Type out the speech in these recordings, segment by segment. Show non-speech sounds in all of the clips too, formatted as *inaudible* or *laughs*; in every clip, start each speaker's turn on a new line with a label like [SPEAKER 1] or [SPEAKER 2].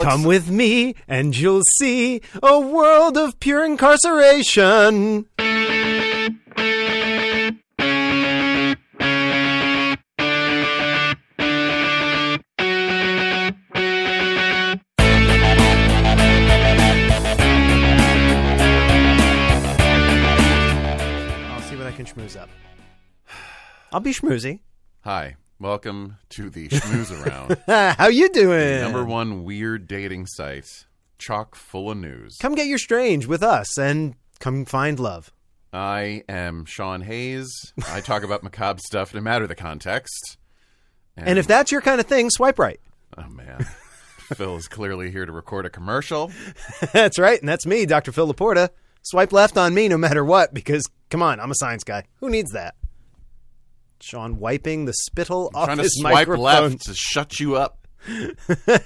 [SPEAKER 1] Come with me and you'll see a world of pure incarceration. I'll see what I can schmooze up. *sighs* I'll be schmoozy.
[SPEAKER 2] Hi, welcome to the Schmooze Around,
[SPEAKER 1] *laughs* How you doing?
[SPEAKER 2] number one weird dating site, chock full of news.
[SPEAKER 1] Come get your strange with us and come find love.
[SPEAKER 2] I am Sean Hayes. I talk about macabre stuff no matter the context.
[SPEAKER 1] And if that's your kind of thing, swipe right. *laughs*
[SPEAKER 2] Oh, man. Phil is clearly here to record a commercial.
[SPEAKER 1] that's right, and that's me, Dr. Phil Laporta. Swipe left on me no matter what, because come on, I'm a science guy. Who needs that? Sean wiping the spittle off
[SPEAKER 2] trying to
[SPEAKER 1] his
[SPEAKER 2] swipe
[SPEAKER 1] microphone.
[SPEAKER 2] left to shut you up,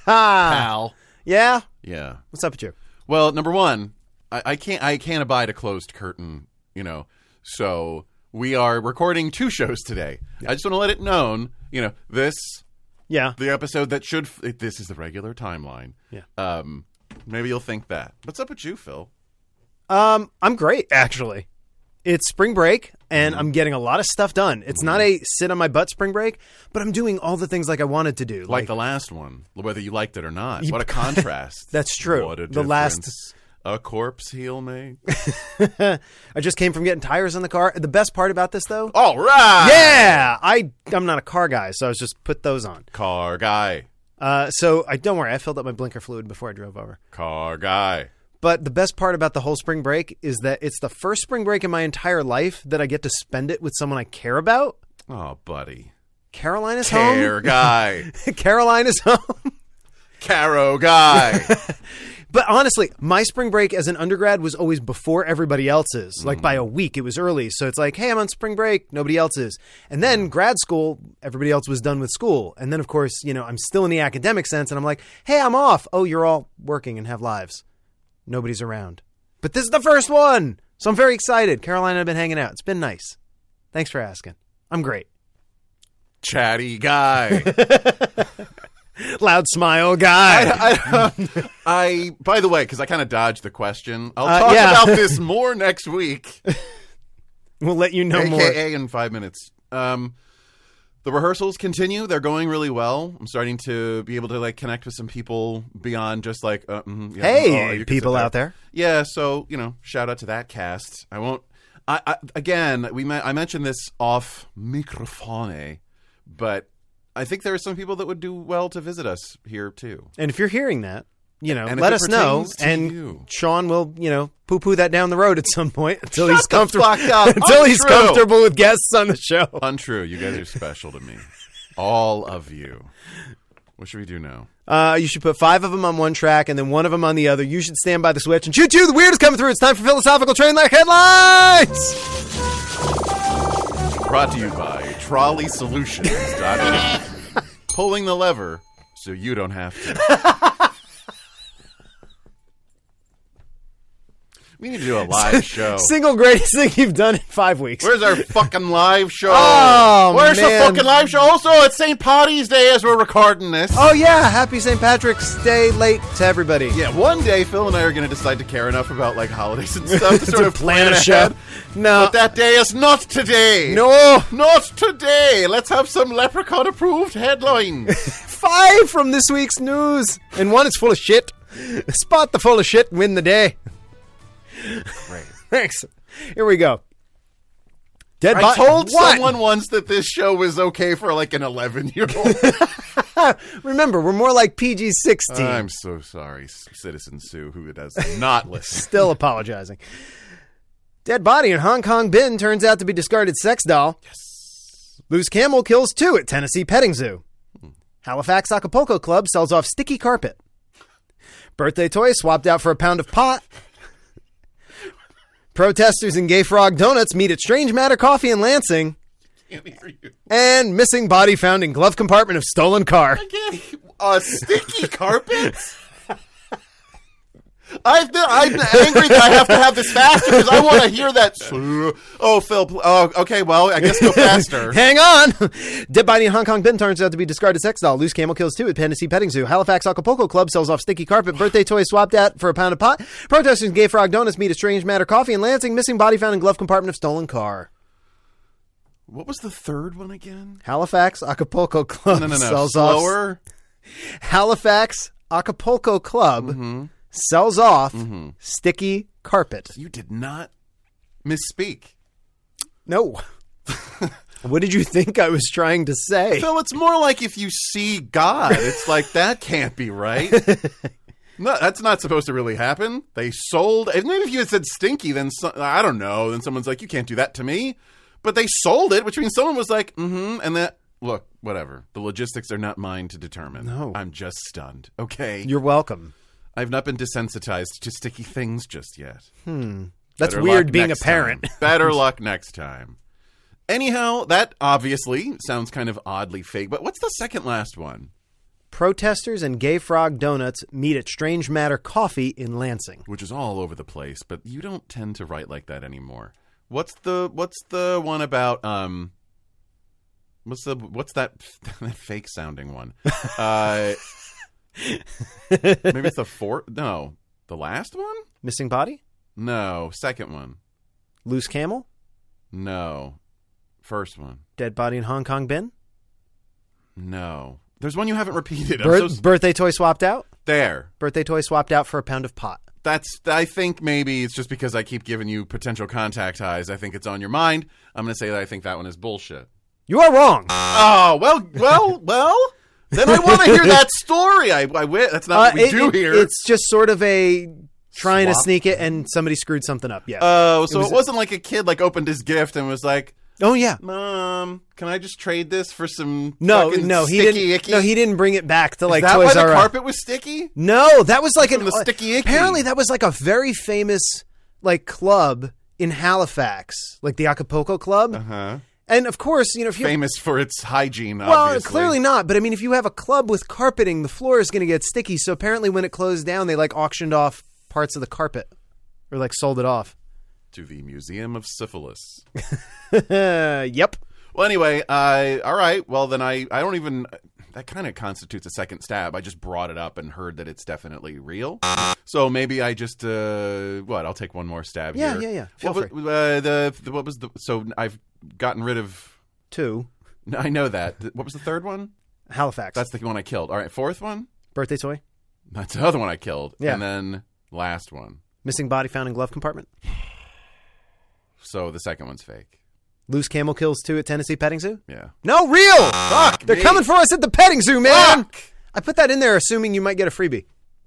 [SPEAKER 1] Ah,
[SPEAKER 2] pal.
[SPEAKER 1] *laughs* yeah.
[SPEAKER 2] Yeah.
[SPEAKER 1] What's up with you?
[SPEAKER 2] Well, number one, I, I can't I can't abide a closed curtain, you know. So we are recording two shows today. I just want to let it known, you know, this
[SPEAKER 1] Yeah.
[SPEAKER 2] the episode that should f- this is the regular timeline.
[SPEAKER 1] Yeah.
[SPEAKER 2] Um, maybe you'll think that. What's up with you, Phil?
[SPEAKER 1] Um, I'm great actually. It's spring break and I'm getting a lot of stuff done. It's not a sit on my butt spring break, but I'm doing all the things like I wanted to do.
[SPEAKER 2] Like the last one, whether you liked it or not.
[SPEAKER 1] *laughs*
[SPEAKER 2] What a contrast.
[SPEAKER 1] That's true.
[SPEAKER 2] What a
[SPEAKER 1] The last-
[SPEAKER 2] difference a corpse heel makes.
[SPEAKER 1] I just came from getting tires on the car. The best part about this though,
[SPEAKER 2] All right.
[SPEAKER 1] yeah, I I'm not a car guy, so I was just put those on.
[SPEAKER 2] Car guy.
[SPEAKER 1] Uh, so I don't worry, I filled up my blinker fluid before I drove over.
[SPEAKER 2] Car guy.
[SPEAKER 1] But the best part about the whole spring break is that it's the first spring break in my entire life that I get to spend it with someone I care about.
[SPEAKER 2] Oh, buddy.
[SPEAKER 1] Caroline is *laughs*
[SPEAKER 2] Care guy.
[SPEAKER 1] home. Caroline is home. *laughs*
[SPEAKER 2] Caro guy.
[SPEAKER 1] But honestly, my spring break as an undergrad was always before everybody else's,
[SPEAKER 2] Mm.
[SPEAKER 1] like by a week. It was early. So it's like, hey, I'm on spring break. Nobody else is. And
[SPEAKER 2] Mm.
[SPEAKER 1] then grad school, everybody else was done with school. And then, of course, you know, I'm still in the academic sense and I'm like, hey, I'm off. Oh, you're all working and have lives. Nobody's around. But this is the first one. So I'm very excited. Caroline and I have been hanging out. It's been nice. Thanks for asking. I'm great.
[SPEAKER 2] Chatty guy.
[SPEAKER 1] *laughs* Loud smile guy.
[SPEAKER 2] *laughs* I, I- I- by the way, because I kind of dodged the question, I'll
[SPEAKER 1] Uh,
[SPEAKER 2] talk
[SPEAKER 1] yeah.
[SPEAKER 2] about
[SPEAKER 1] *laughs*
[SPEAKER 2] this more next week,
[SPEAKER 1] we'll let you know more.
[SPEAKER 2] aka in five minutes. Um, the rehearsals continue; they're going really well. I'm starting to be able to like connect with some people beyond just like, uh, mhm, yeah, oh,
[SPEAKER 1] Hey,
[SPEAKER 2] you can
[SPEAKER 1] people
[SPEAKER 2] sit
[SPEAKER 1] out there.
[SPEAKER 2] Yeah, so you know, shout out to that cast. I won't. I, I again, we me- I mentioned this off microphone, but I think there are some people that would do well to visit us here too.
[SPEAKER 1] And if you're hearing that, you know,
[SPEAKER 2] And if
[SPEAKER 1] let
[SPEAKER 2] it
[SPEAKER 1] us know.
[SPEAKER 2] pertains to
[SPEAKER 1] And
[SPEAKER 2] you.
[SPEAKER 1] Sean will, you know, poo poo that down the road at some point until he's
[SPEAKER 2] the
[SPEAKER 1] comfortable. *laughs*
[SPEAKER 2] fuck up.
[SPEAKER 1] until he's
[SPEAKER 2] Untrue.
[SPEAKER 1] comfortable with guests on the show.
[SPEAKER 2] Untrue. You guys are special to me. All of you. What should we do now?
[SPEAKER 1] Uh, you should put five of them on one track and then one of them on the other. You should stand by the switch and choo choo. The weird is coming through. It's time for philosophical train like headlines.
[SPEAKER 2] Brought to you by trolleysolutions.com.
[SPEAKER 1] *laughs*
[SPEAKER 2] Pulling the lever so you don't have to.
[SPEAKER 1] *laughs*
[SPEAKER 2] We need to do a live show.
[SPEAKER 1] Single greatest *laughs* thing you've done in five weeks.
[SPEAKER 2] Where's our fucking live show?
[SPEAKER 1] Oh,
[SPEAKER 2] Where's
[SPEAKER 1] man.
[SPEAKER 2] the fucking live show? Also, it's St. Patty's Day as we're recording this.
[SPEAKER 1] oh yeah, happy St. Patrick's Day late to everybody.
[SPEAKER 2] Yeah, one day Phil and I are going to decide to care enough about like holidays
[SPEAKER 1] *laughs*
[SPEAKER 2] and stuff to sort of
[SPEAKER 1] plan a
[SPEAKER 2] ahead.
[SPEAKER 1] show. No.
[SPEAKER 2] but that day is not today.
[SPEAKER 1] No,
[SPEAKER 2] Not today. Let's have some leprechaun
[SPEAKER 1] *laughs*
[SPEAKER 2] approved headlines.
[SPEAKER 1] five from this week's news, and one is full of shit. Spot the full of shit, and win the day. *laughs*
[SPEAKER 2] Great.
[SPEAKER 1] Thanks. Here we go. Dead
[SPEAKER 2] I
[SPEAKER 1] bo-
[SPEAKER 2] told
[SPEAKER 1] What?
[SPEAKER 2] someone once that this show was okay for like an 11 year old.
[SPEAKER 1] *laughs* Remember, we're more like PG 16.
[SPEAKER 2] I'm so sorry, S- Citizen Sue, who does not listen.
[SPEAKER 1] Still apologizing. Dead body in Hong Kong bin turns out to be discarded sex doll. Yes. Loose camel kills two at Tennessee petting zoo. Halifax Acapulco Club sells off sticky carpet. Birthday toy swapped out for a pound of pot. Protesters in Gay Frog Donuts meet at Strange Matter Coffee in Lansing.
[SPEAKER 2] *laughs* Can't hear you.
[SPEAKER 1] And missing body found in glove compartment of
[SPEAKER 2] uh,
[SPEAKER 1] stolen car.
[SPEAKER 2] Again, a sticky carpet? I've been, I'm angry that I have to have this faster because I want to hear that. Oh, Phil. pl- Oh, okay. Well,
[SPEAKER 1] *laughs*
[SPEAKER 2] I guess go faster.
[SPEAKER 1] Hang on. *laughs* Dead body in Hong Kong bin turns out to be discarded sex doll. Loose camel kills two at Panacea Petting Zoo. Halifax Acapulco Club sells off sticky carpet. Birthday toy swapped out for a pound of pot. Protesters in Gay Frog Donuts meet a strange matter coffee. And Lansing missing body found in glove compartment of stolen car.
[SPEAKER 2] What was the third one again?
[SPEAKER 1] Halifax Acapulco Club
[SPEAKER 2] No, no, no.
[SPEAKER 1] sells off.
[SPEAKER 2] Slower.
[SPEAKER 1] Halifax Acapulco Club
[SPEAKER 2] Mm-hmm.
[SPEAKER 1] sells off sticky carpet.
[SPEAKER 2] You did not misspeak.
[SPEAKER 1] No. *laughs* what did you think I was trying to say?
[SPEAKER 2] Phil, it's more like if you see God, it's like that can't be right. No, that's not supposed to really happen. They sold. and Maybe if you had said stinky, then so, I don't know. Then someone's like, you can't do that to me. But they sold it, which means someone was like, mm-hmm. And that look, whatever. The logistics are not mine to determine.
[SPEAKER 1] No.
[SPEAKER 2] I'm just stunned. Okay,
[SPEAKER 1] You're welcome.
[SPEAKER 2] I've not been desensitized to sticky things just yet.
[SPEAKER 1] That's
[SPEAKER 2] Better
[SPEAKER 1] weird
[SPEAKER 2] luck
[SPEAKER 1] being a
[SPEAKER 2] next
[SPEAKER 1] parent.
[SPEAKER 2] time.
[SPEAKER 1] *laughs*
[SPEAKER 2] Better luck next time. Anyhow, that obviously sounds kind of oddly fake. But what's the second last one?
[SPEAKER 1] Protesters and Gay Frog Donuts meet at Strange Matter Coffee in Lansing.
[SPEAKER 2] which is all over the place, but you don't tend to write like that anymore. What's the what's the one about um what's the what's that, *laughs* that fake sounding one? Uh Maybe it's the fourth no, the last one?
[SPEAKER 1] Missing body?
[SPEAKER 2] No, second one.
[SPEAKER 1] Loose camel?
[SPEAKER 2] No. First one.
[SPEAKER 1] Dead body in Hong Kong bin?
[SPEAKER 2] No. There's one you haven't repeated. I'm
[SPEAKER 1] Bir-
[SPEAKER 2] so s-
[SPEAKER 1] birthday toy swapped out?
[SPEAKER 2] there.
[SPEAKER 1] Birthday toy swapped out for a pound of pot.
[SPEAKER 2] That's. I think maybe it's just because I keep giving you potential contact highs. I think it's on your mind. I'm going to say that I think that one is bullshit.
[SPEAKER 1] You are wrong.
[SPEAKER 2] Oh well, well, well. Then I want to hear *laughs* that story. I, I wi- that's not
[SPEAKER 1] Uh,
[SPEAKER 2] what we
[SPEAKER 1] it-
[SPEAKER 2] do
[SPEAKER 1] it-
[SPEAKER 2] here.
[SPEAKER 1] It's just sort of a trying to
[SPEAKER 2] Swap?
[SPEAKER 1] sneak it and somebody screwed something up. Yeah.
[SPEAKER 2] oh, so
[SPEAKER 1] it
[SPEAKER 2] it,
[SPEAKER 1] was-
[SPEAKER 2] was, not like a kid like opened his gift and was like,
[SPEAKER 1] oh yeah.
[SPEAKER 2] "Mom, can I just trade this for some
[SPEAKER 1] No,
[SPEAKER 2] fucking
[SPEAKER 1] no, he
[SPEAKER 2] sticky
[SPEAKER 1] didn't.
[SPEAKER 2] icky?"
[SPEAKER 1] No, he didn't bring it back to like
[SPEAKER 2] Is that
[SPEAKER 1] Toys
[SPEAKER 2] why the
[SPEAKER 1] R Us.
[SPEAKER 2] carpet was sticky?
[SPEAKER 1] No, that was like
[SPEAKER 2] From
[SPEAKER 1] an
[SPEAKER 2] the Sticky Icky.
[SPEAKER 1] Apparently, that was like a very famous like club in Halifax, like the Acapulco Club.
[SPEAKER 2] Huh?
[SPEAKER 1] And of course, you know if you
[SPEAKER 2] Famous for its hygiene.
[SPEAKER 1] well,
[SPEAKER 2] obviously.
[SPEAKER 1] clearly not. But I mean, if you have a club with carpeting, the floor is going to get sticky. So apparently, when it closed down, they like auctioned off parts of the carpet or like sold it off. *laughs*
[SPEAKER 2] to the Museum of Syphilis.
[SPEAKER 1] yep.
[SPEAKER 2] Well, anyway, I all right. Well, then I I don't even that kind of constitutes a second stab. I just brought it up and heard that it's definitely real. So maybe I just uh what? I'll take one more stab
[SPEAKER 1] Yeah,
[SPEAKER 2] here.
[SPEAKER 1] yeah, yeah. Feel
[SPEAKER 2] what, was- uh, the, the- what was the so I've gotten rid of *laughs*
[SPEAKER 1] Two
[SPEAKER 2] no, I know that. Th- What was the third one?
[SPEAKER 1] Halifax
[SPEAKER 2] That's the one I killed. All right, fourth one?
[SPEAKER 1] birthday toy
[SPEAKER 2] That's the other one I killed.
[SPEAKER 1] Yeah.
[SPEAKER 2] And then last one.
[SPEAKER 1] missing body found in glove compartment.
[SPEAKER 2] So the second one's fake.
[SPEAKER 1] Loose camel kills two at Tennessee petting zoo.
[SPEAKER 2] Yeah.
[SPEAKER 1] No, real.
[SPEAKER 2] Ah, Fuck.
[SPEAKER 1] They're
[SPEAKER 2] me. Ah!
[SPEAKER 1] coming for us at the petting zoo, man.
[SPEAKER 2] Fuck.
[SPEAKER 1] I put that in there assuming you might get a freebie.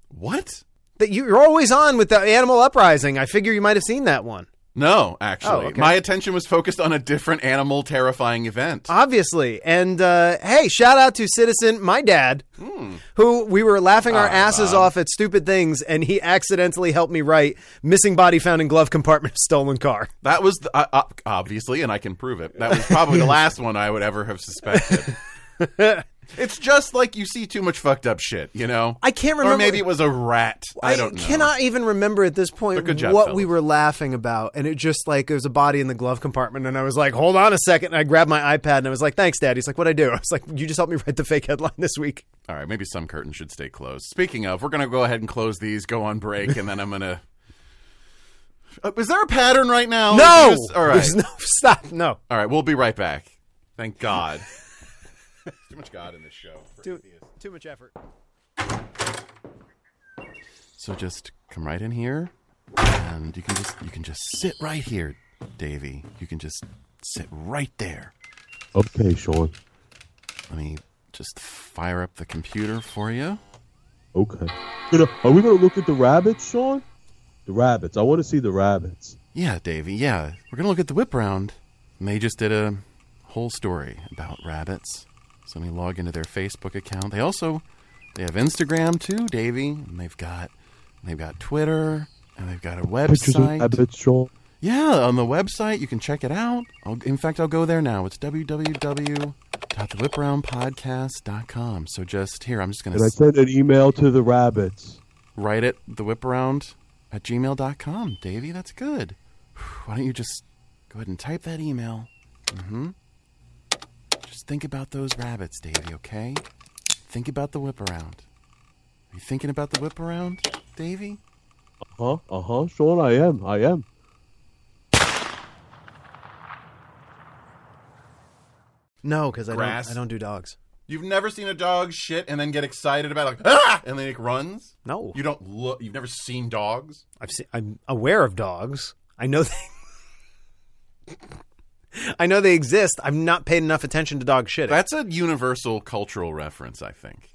[SPEAKER 2] What?
[SPEAKER 1] That you- you're always on with the animal uprising. I figure you might have seen that one.
[SPEAKER 2] No, actually.
[SPEAKER 1] Oh, okay.
[SPEAKER 2] My attention was focused on a different animal terrifying event.
[SPEAKER 1] Obviously. And uh, hey, shout out to Citizen, my dad,
[SPEAKER 2] Hmm.
[SPEAKER 1] who we were laughing
[SPEAKER 2] Ah,
[SPEAKER 1] our asses off at stupid things, and he accidentally helped me write missing body found in glove compartment *laughs* of stolen car.
[SPEAKER 2] That was the, uh, uh, obviously, and I can prove it. That was probably *laughs* the last one I would ever have *laughs* suspected. it's just like you see too much fucked up shit, you know.
[SPEAKER 1] I can't remember.
[SPEAKER 2] Or maybe it was a rat. I, don't know.
[SPEAKER 1] cannot even remember at this point
[SPEAKER 2] good job,
[SPEAKER 1] what
[SPEAKER 2] fellas.
[SPEAKER 1] we were laughing about, and it just like there was a body in the glove compartment, and I was like, "Hold on a second. And I grabbed my iPad and I was like, "Thanks, Dad." He's like, "What would I do?" *laughs* I was like, "You just helped me write the fake headline this week."
[SPEAKER 2] All right, maybe some curtains should stay closed. Speaking of, we're gonna go ahead and close these, go on break, and then I'm gonna. *laughs* Uh, is there a pattern right now?
[SPEAKER 1] No,
[SPEAKER 2] Is this- Oh, all right,
[SPEAKER 1] There's no *laughs* stop. No,
[SPEAKER 2] all right. We'll be right back. Thank *laughs* God. too much God in this show.
[SPEAKER 1] too, too much effort.
[SPEAKER 2] So just come right in here, and you can just you can just sit right here, Davy. You can just sit right there.
[SPEAKER 3] Okay, Sean.
[SPEAKER 2] Let me just fire up the computer for you.
[SPEAKER 3] Okay. You know, are we gonna look at the rabbits, Sean? The rabbits. I want to see the rabbits.
[SPEAKER 2] Yeah, Davy. Yeah, we're gonna look at the whip round. And they just did a whole story about rabbits. So let me log into their Facebook account. They also they have Instagram too, Davy. And they've got they've got Twitter and they've got a
[SPEAKER 3] Pictures of
[SPEAKER 2] website.
[SPEAKER 3] rabbits, Sean.
[SPEAKER 2] Yeah, on the website you can check it out. I'll, in fact, I'll go there now. It's www.thewhiparoundpodcast.com. So just here, I'm just going
[SPEAKER 3] And I
[SPEAKER 2] to
[SPEAKER 3] sent an email to the rabbits.
[SPEAKER 2] write it the whip around at gmail.com. Davey, that's good. Why don't you just go ahead and type that email? Mm-hmm. Just think about those rabbits, Davey, okay? Think about the whip around. Are you thinking about the whip around, Davey?
[SPEAKER 3] Huh? Uh huh. Sean, I am. I am.
[SPEAKER 1] No, because I don't.
[SPEAKER 2] Grass.
[SPEAKER 1] I don't do dogs.
[SPEAKER 2] You've never seen a dog shit and then get excited about it, like ah, *laughs* and then it runs.
[SPEAKER 1] No,
[SPEAKER 2] You don't look. You've never seen dogs.
[SPEAKER 1] I've seen, I'm aware of dogs. I know they. *laughs* I know they exist. I've not paid enough attention to dog shit.
[SPEAKER 2] That's a universal cultural reference, I think.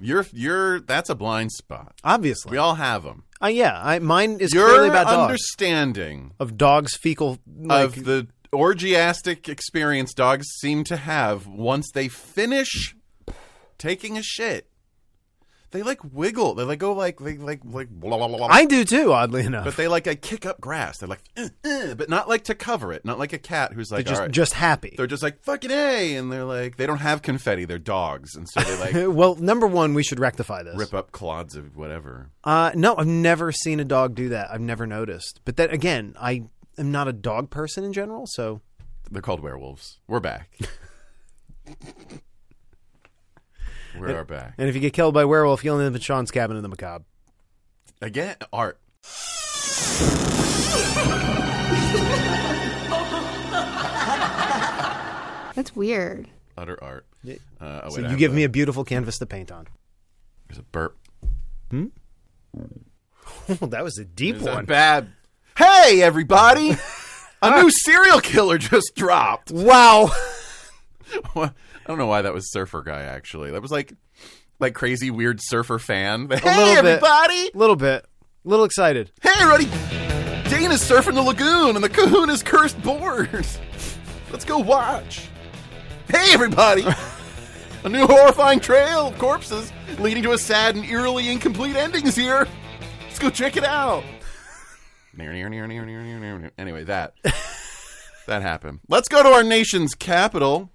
[SPEAKER 2] You're you're that's a blind spot.
[SPEAKER 1] Obviously,
[SPEAKER 2] We all have them.
[SPEAKER 1] uh, yeah. I, mine is
[SPEAKER 2] Your
[SPEAKER 1] clearly about dogs.
[SPEAKER 2] understanding
[SPEAKER 1] Of dogs' fecal. Like,
[SPEAKER 2] of the orgiastic experience dogs seem to have once they finish taking a shit. They like wiggle. They like go like they like like blah blah blah. blah.
[SPEAKER 1] I do too. Oddly enough,
[SPEAKER 2] but they like I kick up grass. They're like, "Uh, uh," but not like to cover it. Not like a cat who's like,
[SPEAKER 1] they're just
[SPEAKER 2] all right.
[SPEAKER 1] just happy.
[SPEAKER 2] they're just like fucking a, and they're like they don't have confetti. They're dogs, and so they
[SPEAKER 1] *laughs*
[SPEAKER 2] like
[SPEAKER 1] well, number one, we should rectify this.
[SPEAKER 2] rip up clods of whatever.
[SPEAKER 1] Uh, no, I've never seen a dog do that. I've never noticed. But then again, I am not a dog person in general, so
[SPEAKER 2] They're called werewolves. We're back.
[SPEAKER 1] *laughs*
[SPEAKER 2] we are back
[SPEAKER 1] And if you get killed by a werewolf, you'll end up in Sean's cabin in the macabre.
[SPEAKER 2] again. Art.
[SPEAKER 4] That's weird.
[SPEAKER 2] Utter art. Uh, oh,
[SPEAKER 1] So
[SPEAKER 2] wait, I
[SPEAKER 1] you
[SPEAKER 2] have
[SPEAKER 1] give
[SPEAKER 2] a-
[SPEAKER 1] me a beautiful canvas to paint on.
[SPEAKER 2] There's a burp.
[SPEAKER 1] Well, Oh, that was a deep
[SPEAKER 2] Is
[SPEAKER 1] one.
[SPEAKER 2] that bad? Hey,
[SPEAKER 1] *laughs*
[SPEAKER 2] everybody! a new serial killer just dropped.
[SPEAKER 1] Wow. *laughs*
[SPEAKER 2] I don't know *laughs* why that was Surfer Guy. Actually, that was like, like crazy weird surfer fan. *laughs* hey,
[SPEAKER 1] little bit.
[SPEAKER 2] everybody!
[SPEAKER 1] A little bit. A little excited.
[SPEAKER 2] Hey, everybody! Dana's surfing the lagoon, and the kahuna's cursed board. Let's go watch. Hey, everybody! a new horrifying trail of corpses leading to a sad and eerily incomplete ending is here. Let's go check it out. Anyway, that that happened. Let's go to our nation's capital.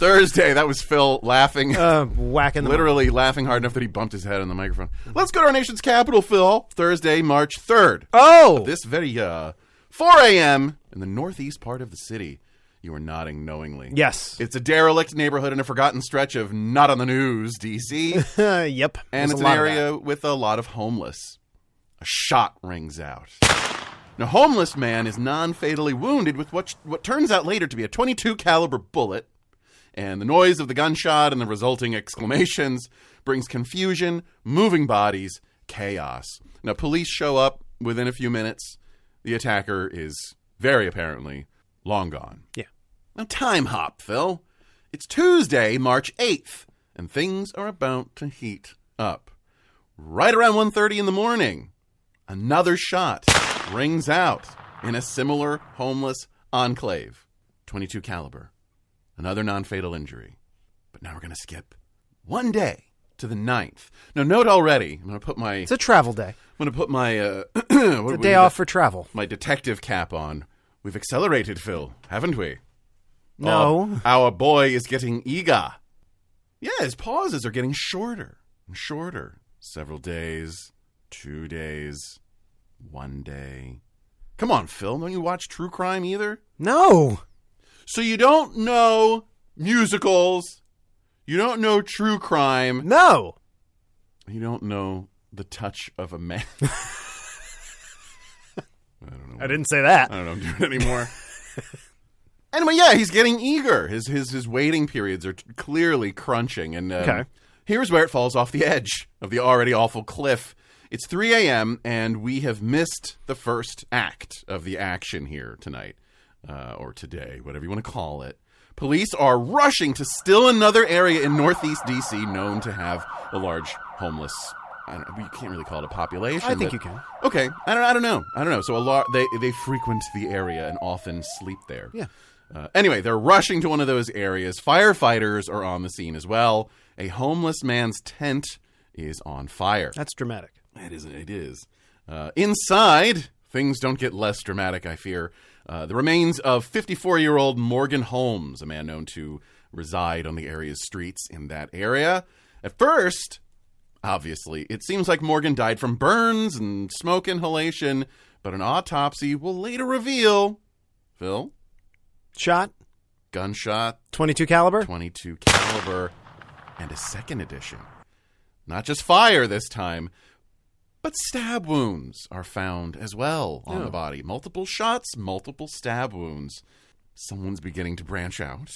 [SPEAKER 2] Thursday. That was Phil laughing,
[SPEAKER 1] Uh, whacking the
[SPEAKER 2] literally laughing hard enough that he bumped his head on the microphone. Let's go to our nation's capital, Phil. Thursday, March third
[SPEAKER 1] Oh.
[SPEAKER 2] this very uh, 4 a.m. in the northeast part of the city. You are nodding knowingly.
[SPEAKER 1] Yes.
[SPEAKER 2] It's a derelict neighborhood in a forgotten stretch of not on the news, D.C.,
[SPEAKER 1] Uh, *laughs* yep.
[SPEAKER 2] and
[SPEAKER 1] There's
[SPEAKER 2] it's
[SPEAKER 1] a
[SPEAKER 2] an
[SPEAKER 1] lot of that.
[SPEAKER 2] area with a lot of homeless. A shot rings out. And a homeless man is non-fatally wounded with what what turns out later to be a 22 caliber bullet. And the noise of the gunshot and the resulting exclamations brings confusion, moving bodies, chaos. Now, police show up within a few minutes. The attacker is very apparently long gone.
[SPEAKER 1] Yeah.
[SPEAKER 2] Now, time hop, Phil. It's Tuesday, March 8th, and things are about to heat up. Right around 1.30 in the morning, another shot rings out in a similar homeless enclave. 22 caliber another non fatal injury. But now we're going to skip one day to the ninth. Now, note already, I'm going to put my,
[SPEAKER 1] It's a travel day.
[SPEAKER 2] I'm going to put my, uh, *clears throat* what do
[SPEAKER 1] It's a
[SPEAKER 2] we
[SPEAKER 1] day
[SPEAKER 2] do?
[SPEAKER 1] off for travel.
[SPEAKER 2] my detective cap on. We've accelerated, Phil, haven't we?
[SPEAKER 1] No.
[SPEAKER 2] Uh, our boy is getting eager. Yeah, his pauses are getting shorter and shorter. Several days, two days, one day. Come on, Phil, don't you watch true crime either?
[SPEAKER 1] No.
[SPEAKER 2] So you don't know musicals. You don't know true crime.
[SPEAKER 1] No.
[SPEAKER 2] You don't know the touch of a man. I don't know.
[SPEAKER 1] I didn't say that.
[SPEAKER 2] I don't know. I'm doing it
[SPEAKER 1] *laughs*
[SPEAKER 2] anymore. anyway, yeah, he's getting eager. His his his waiting periods are t- clearly crunching, and um,
[SPEAKER 1] Okay.
[SPEAKER 2] here's where it falls off the edge of the already awful cliff. It's 3 a.m. and we have missed the first act of the action here tonight, uh, or today, whatever you want to call it. Police are rushing to still another area in Northeast D.C. known to have a large homeless. I don't, you can't really call it a population.
[SPEAKER 1] I think
[SPEAKER 2] but-
[SPEAKER 1] you can.
[SPEAKER 2] Okay, I don't, I don't know. I don't know. So a lot they they frequent the area and often sleep there.
[SPEAKER 1] Yeah.
[SPEAKER 2] Uh, anyway, they're rushing to one of those areas. Firefighters are on the scene as well. A homeless man's tent is on fire.
[SPEAKER 1] That's dramatic.
[SPEAKER 2] It isn't. It is. Uh, inside, things don't get less dramatic, I fear. Uh, the remains of 54 year old Morgan Holmes, a man known to reside on the area's streets in that area. At first, Obviously, it seems like Morgan died from burns and smoke inhalation, but an autopsy will later reveal Phil
[SPEAKER 1] Shot,
[SPEAKER 2] gunshot
[SPEAKER 1] 22 caliber.
[SPEAKER 2] 22 caliber and a second edition. Not just fire this time, but stab wounds are found as well on the body. Multiple shots, multiple stab wounds. Someone's beginning to branch out.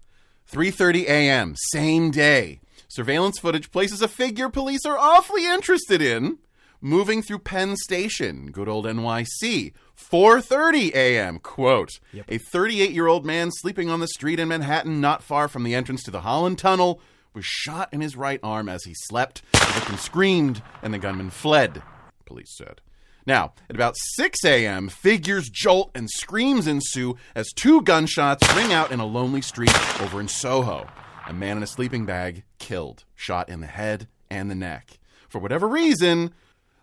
[SPEAKER 2] *laughs* 3:30 a.m. same day. Surveillance footage places a figure police are awfully interested in moving through Penn Station, good old NYC. 4:30 a.m. quote. A 38-year-old man sleeping on the street in Manhattan not far from the entrance to the Holland Tunnel was shot in his right arm as he slept. The victim screamed and the gunman fled, police said. Now, at about 6 a.m., figures jolt and screams ensue as two gunshots ring out in a lonely street over in Soho. A man in a sleeping bag killed, shot in the head and the neck. For whatever reason,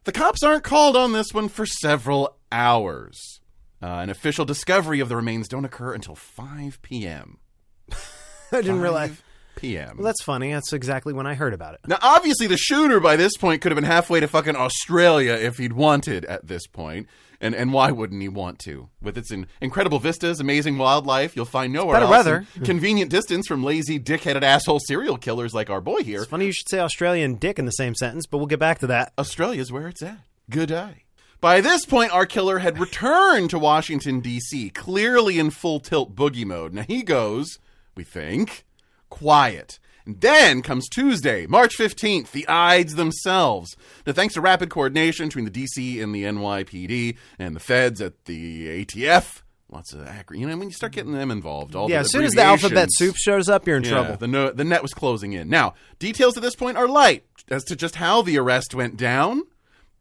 [SPEAKER 2] the cops aren't called on this one for several hours. Uh, an official discovery of the remains don't occur until 5 p.m.
[SPEAKER 1] *laughs* I didn't realize.
[SPEAKER 2] 5 p.m.
[SPEAKER 1] Well, that's funny. That's exactly when I heard about it.
[SPEAKER 2] Now, obviously, the shooter by this point could have been halfway to fucking Australia if he'd wanted at this point. And, and why wouldn't he want to? With its in- incredible vistas, amazing wildlife, you'll find nowhere
[SPEAKER 1] better
[SPEAKER 2] else.
[SPEAKER 1] weather.
[SPEAKER 2] and Convenient distance from lazy, dickheaded asshole serial killers like our boy here.
[SPEAKER 1] It's funny you should say Australian dick in the same sentence, but we'll get back to that.
[SPEAKER 2] Australia's where it's at. Good eye. By this point, our killer had returned to Washington, D.C., clearly in full tilt boogie mode. Now he goes, we think, quiet. And then comes Tuesday, March 15th, the Ides themselves. Now, thanks to rapid coordination between the D.C. and the NYPD and the feds at the ATF, lots of, acro- you know, when you start getting them involved, all
[SPEAKER 1] Yeah,
[SPEAKER 2] the
[SPEAKER 1] as soon as the alphabet
[SPEAKER 2] abbreviations-
[SPEAKER 1] soup shows up, you're in
[SPEAKER 2] yeah,
[SPEAKER 1] trouble.
[SPEAKER 2] The, no- the net was closing in. Now, details at this point are light as to just how the arrest went down,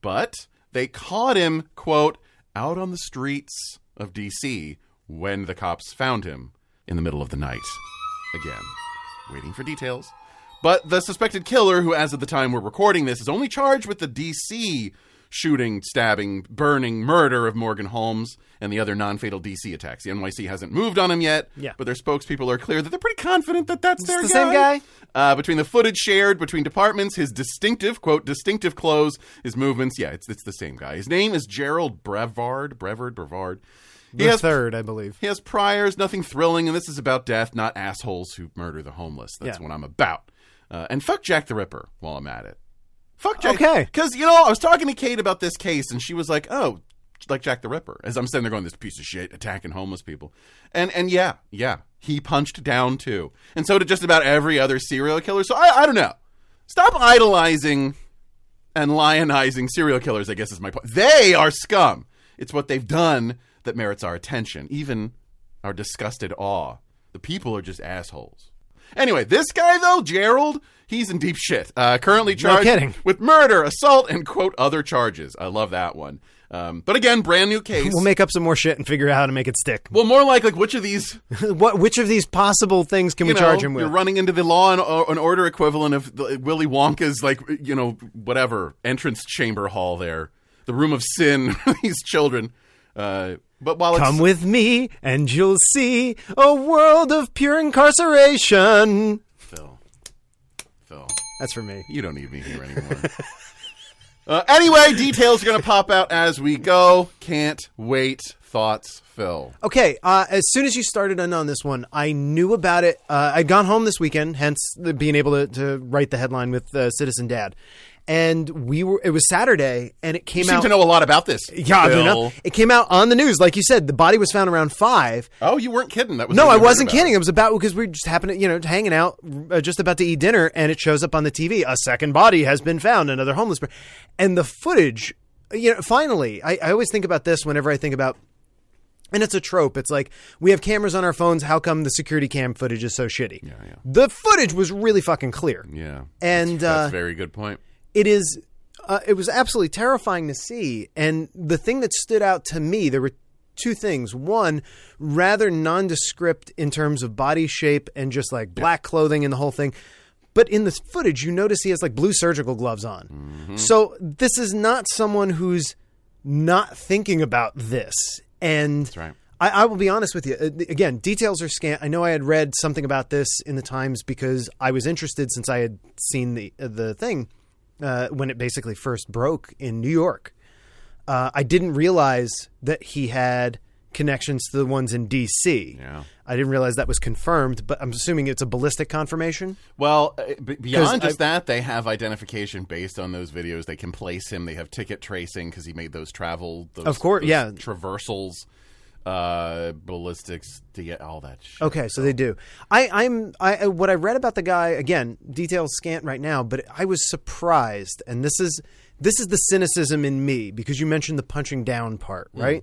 [SPEAKER 2] but they caught him, quote, out on the streets of D.C. when the cops found him in the middle of the night. Again, waiting for details. But the suspected killer, who as of the time we're recording this is only charged with the D.C. shooting, stabbing, burning, murder of Morgan Holmes and the other non fatal D.C. attacks. The NYC hasn't moved on him yet,
[SPEAKER 1] Yeah.
[SPEAKER 2] but their spokespeople are clear that they're pretty confident that that's their
[SPEAKER 1] the same guy?
[SPEAKER 2] Uh, between the footage shared between departments, his distinctive quote distinctive clothes, his movements. Yeah, it's it's the same guy. His name is Gerald Brevard. Brevard. Brevard. He
[SPEAKER 1] the
[SPEAKER 2] has
[SPEAKER 1] third, I believe.
[SPEAKER 2] he has priors, nothing thrilling, and this is about death, not assholes who murder the homeless. That's
[SPEAKER 1] Yeah.
[SPEAKER 2] what I'm about. Uh, and fuck Jack the Ripper while I'm at it. Fuck Jack.
[SPEAKER 1] Okay.
[SPEAKER 2] Because, you know, I was talking to Kate about this case, and she was like, oh, like Jack the Ripper. As I'm sitting there going, this piece of shit attacking homeless people. And, and yeah, yeah, he punched down too. And so did just about every other serial killer. So I, I don't know. Stop idolizing and lionizing serial killers, I guess is my point. They are scum. It's what they've done that merits our attention, even our disgusted awe. The people are just assholes. Anyway, this guy, though, Gerald, he's in deep shit. Uh, currently charged
[SPEAKER 1] kidding.
[SPEAKER 2] with murder, assault, and, quote, other charges. I love that one. Um, but again, brand new case.
[SPEAKER 1] *laughs* We'll make up some more shit and figure out how to make it stick.
[SPEAKER 2] well, more like, like, which of these
[SPEAKER 1] *laughs* what? Which of these possible things can
[SPEAKER 2] you
[SPEAKER 1] we charge
[SPEAKER 2] know,
[SPEAKER 1] him with?
[SPEAKER 2] You're running into the law and, uh, and order equivalent of the, Willy Wonka's, like you know, whatever entrance chamber hall there, the room of sin. *laughs* these children. Uh, but while
[SPEAKER 1] Come
[SPEAKER 2] it's
[SPEAKER 1] with me, and you'll see a world of pure incarceration.
[SPEAKER 2] Phil, Phil,
[SPEAKER 1] That's for me.
[SPEAKER 2] you don't need me here anymore. *laughs* uh, anyway, details are gonna pop out as we go. Can't wait. Thoughts, Phil.
[SPEAKER 1] Okay, uh, as soon as you started in on this one, I knew about it. Uh, I'd gone home this weekend, hence the, being able to, to write the headline with uh, Citizen Dad. And we were. It was Saturday, and it came
[SPEAKER 2] You
[SPEAKER 1] out.
[SPEAKER 2] seem to know a lot about this.
[SPEAKER 1] yeah,
[SPEAKER 2] Phil.
[SPEAKER 1] you know, it came out on the news, like you said. The body was found around five,
[SPEAKER 2] Oh, you weren't kidding. That was
[SPEAKER 1] No,
[SPEAKER 2] what
[SPEAKER 1] I
[SPEAKER 2] you heard
[SPEAKER 1] wasn't
[SPEAKER 2] about.
[SPEAKER 1] kidding. It was about because we just happened to, you know, hanging out, uh, just about to eat dinner, and it shows up on the TV. A second body has been found, another homeless person. And the footage, you know, finally, I, I always think about this whenever I think about, and it's a trope. It's like, we have cameras on our phones. How come the security cam footage is so shitty? Yeah, yeah. The footage was really fucking clear.
[SPEAKER 2] Yeah,
[SPEAKER 1] And
[SPEAKER 2] that's
[SPEAKER 1] uh,
[SPEAKER 2] a very good point.
[SPEAKER 1] it is uh, it was absolutely terrifying to see and the thing that stood out to me there were two things one rather nondescript in terms of body shape and just like black clothing and the whole thing but in this footage you notice he has like blue surgical gloves on
[SPEAKER 2] Mm-hmm.
[SPEAKER 1] so this is not someone who's not thinking about this and
[SPEAKER 2] That's right.
[SPEAKER 1] I, I will be honest with you. Uh, th- Again, details are scant. I know I had read something about this in the Times because I was interested since I had seen the uh, the thing uh, when it basically first broke in New York. Uh, I didn't realize that he had connections to the ones in D.C.
[SPEAKER 2] Yeah.
[SPEAKER 1] I didn't realize that was confirmed, but I'm assuming it's a ballistic confirmation.
[SPEAKER 2] Well, uh, b- beyond just that, they have identification based on those videos. They can place him. They have ticket tracing because he made those travel. Those,
[SPEAKER 1] Of course,
[SPEAKER 2] those
[SPEAKER 1] yeah.
[SPEAKER 2] Traversals, uh, ballistics, D- all that shit.
[SPEAKER 1] Okay, so they do. I, I'm I I- what I read about the guy again. Details scant right now, but I was surprised, and this is this is the cynicism in me because you mentioned the punching down part, right?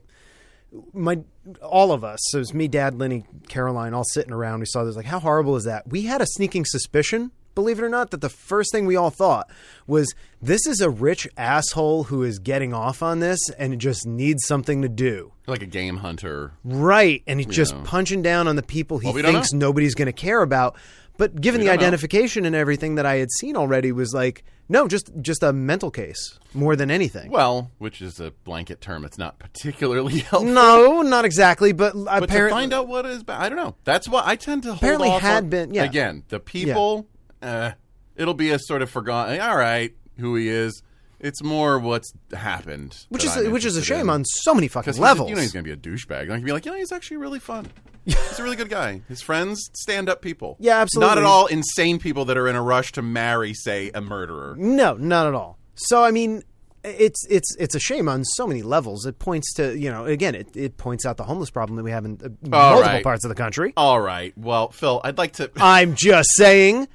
[SPEAKER 1] My all of us, so it was me, Dad, Lenny, Caroline, all sitting around. We saw this like, how horrible is that? We had a sneaking suspicion, believe it or not, that the first thing we all thought was this is a rich asshole who is getting off on this and just needs something to do.
[SPEAKER 2] Like a game hunter.
[SPEAKER 1] Right, and he's just punching down on the people he
[SPEAKER 2] Well, we don't
[SPEAKER 1] thinks nobody's going to care about. But given the
[SPEAKER 2] don't know.
[SPEAKER 1] identification and everything that I had seen already, was like no, just just a mental case more than anything.
[SPEAKER 2] Well, which is a blanket term. It's not particularly *laughs* helpful.
[SPEAKER 1] no, not exactly, but
[SPEAKER 2] But
[SPEAKER 1] apparently,
[SPEAKER 2] to find out what is, ba- I don't know. That's why I tend to hold
[SPEAKER 1] Apparently
[SPEAKER 2] off
[SPEAKER 1] had
[SPEAKER 2] on-
[SPEAKER 1] been- yeah.
[SPEAKER 2] Again, the people. Uh, it'll be a sort of forgotten. All right, who he is. It's more what's happened,
[SPEAKER 1] which
[SPEAKER 2] that
[SPEAKER 1] is
[SPEAKER 2] I'm
[SPEAKER 1] which is a
[SPEAKER 2] interested
[SPEAKER 1] shame
[SPEAKER 2] in.
[SPEAKER 1] on so many fucking
[SPEAKER 2] Because
[SPEAKER 1] levels.
[SPEAKER 2] you know he's going to be a douchebag. Like, he'd be like, you know, he's actually
[SPEAKER 1] *laughs*
[SPEAKER 2] really fun. He's a really good guy. His friends, stand up people.
[SPEAKER 1] Yeah, absolutely.
[SPEAKER 2] Not at all insane people that are in a rush to marry, say, a murderer.
[SPEAKER 1] No, not at all. So I mean, it's it's it's a shame on so many levels. It points to you know again, it, it points out the homeless problem that we have in uh,
[SPEAKER 2] All
[SPEAKER 1] multiple
[SPEAKER 2] right.
[SPEAKER 1] parts of the country.
[SPEAKER 2] All right. Well, Phil, I'd like to.
[SPEAKER 1] I'm just saying.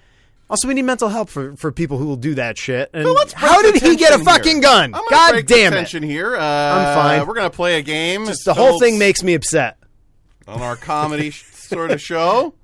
[SPEAKER 1] Also, we need mental help for, for people who will do that shit. And
[SPEAKER 2] Let's
[SPEAKER 1] *laughs*
[SPEAKER 2] break
[SPEAKER 1] how
[SPEAKER 2] the
[SPEAKER 1] did he get a
[SPEAKER 2] tension here.
[SPEAKER 1] fucking gun?
[SPEAKER 2] I'm gonna
[SPEAKER 1] God
[SPEAKER 2] break the
[SPEAKER 1] damn it!
[SPEAKER 2] tension here. Uh,
[SPEAKER 1] fine.
[SPEAKER 2] We're going to play a game.
[SPEAKER 1] The whole
[SPEAKER 2] Phil's
[SPEAKER 1] thing makes me upset.
[SPEAKER 2] on our comedy sh- sort of show.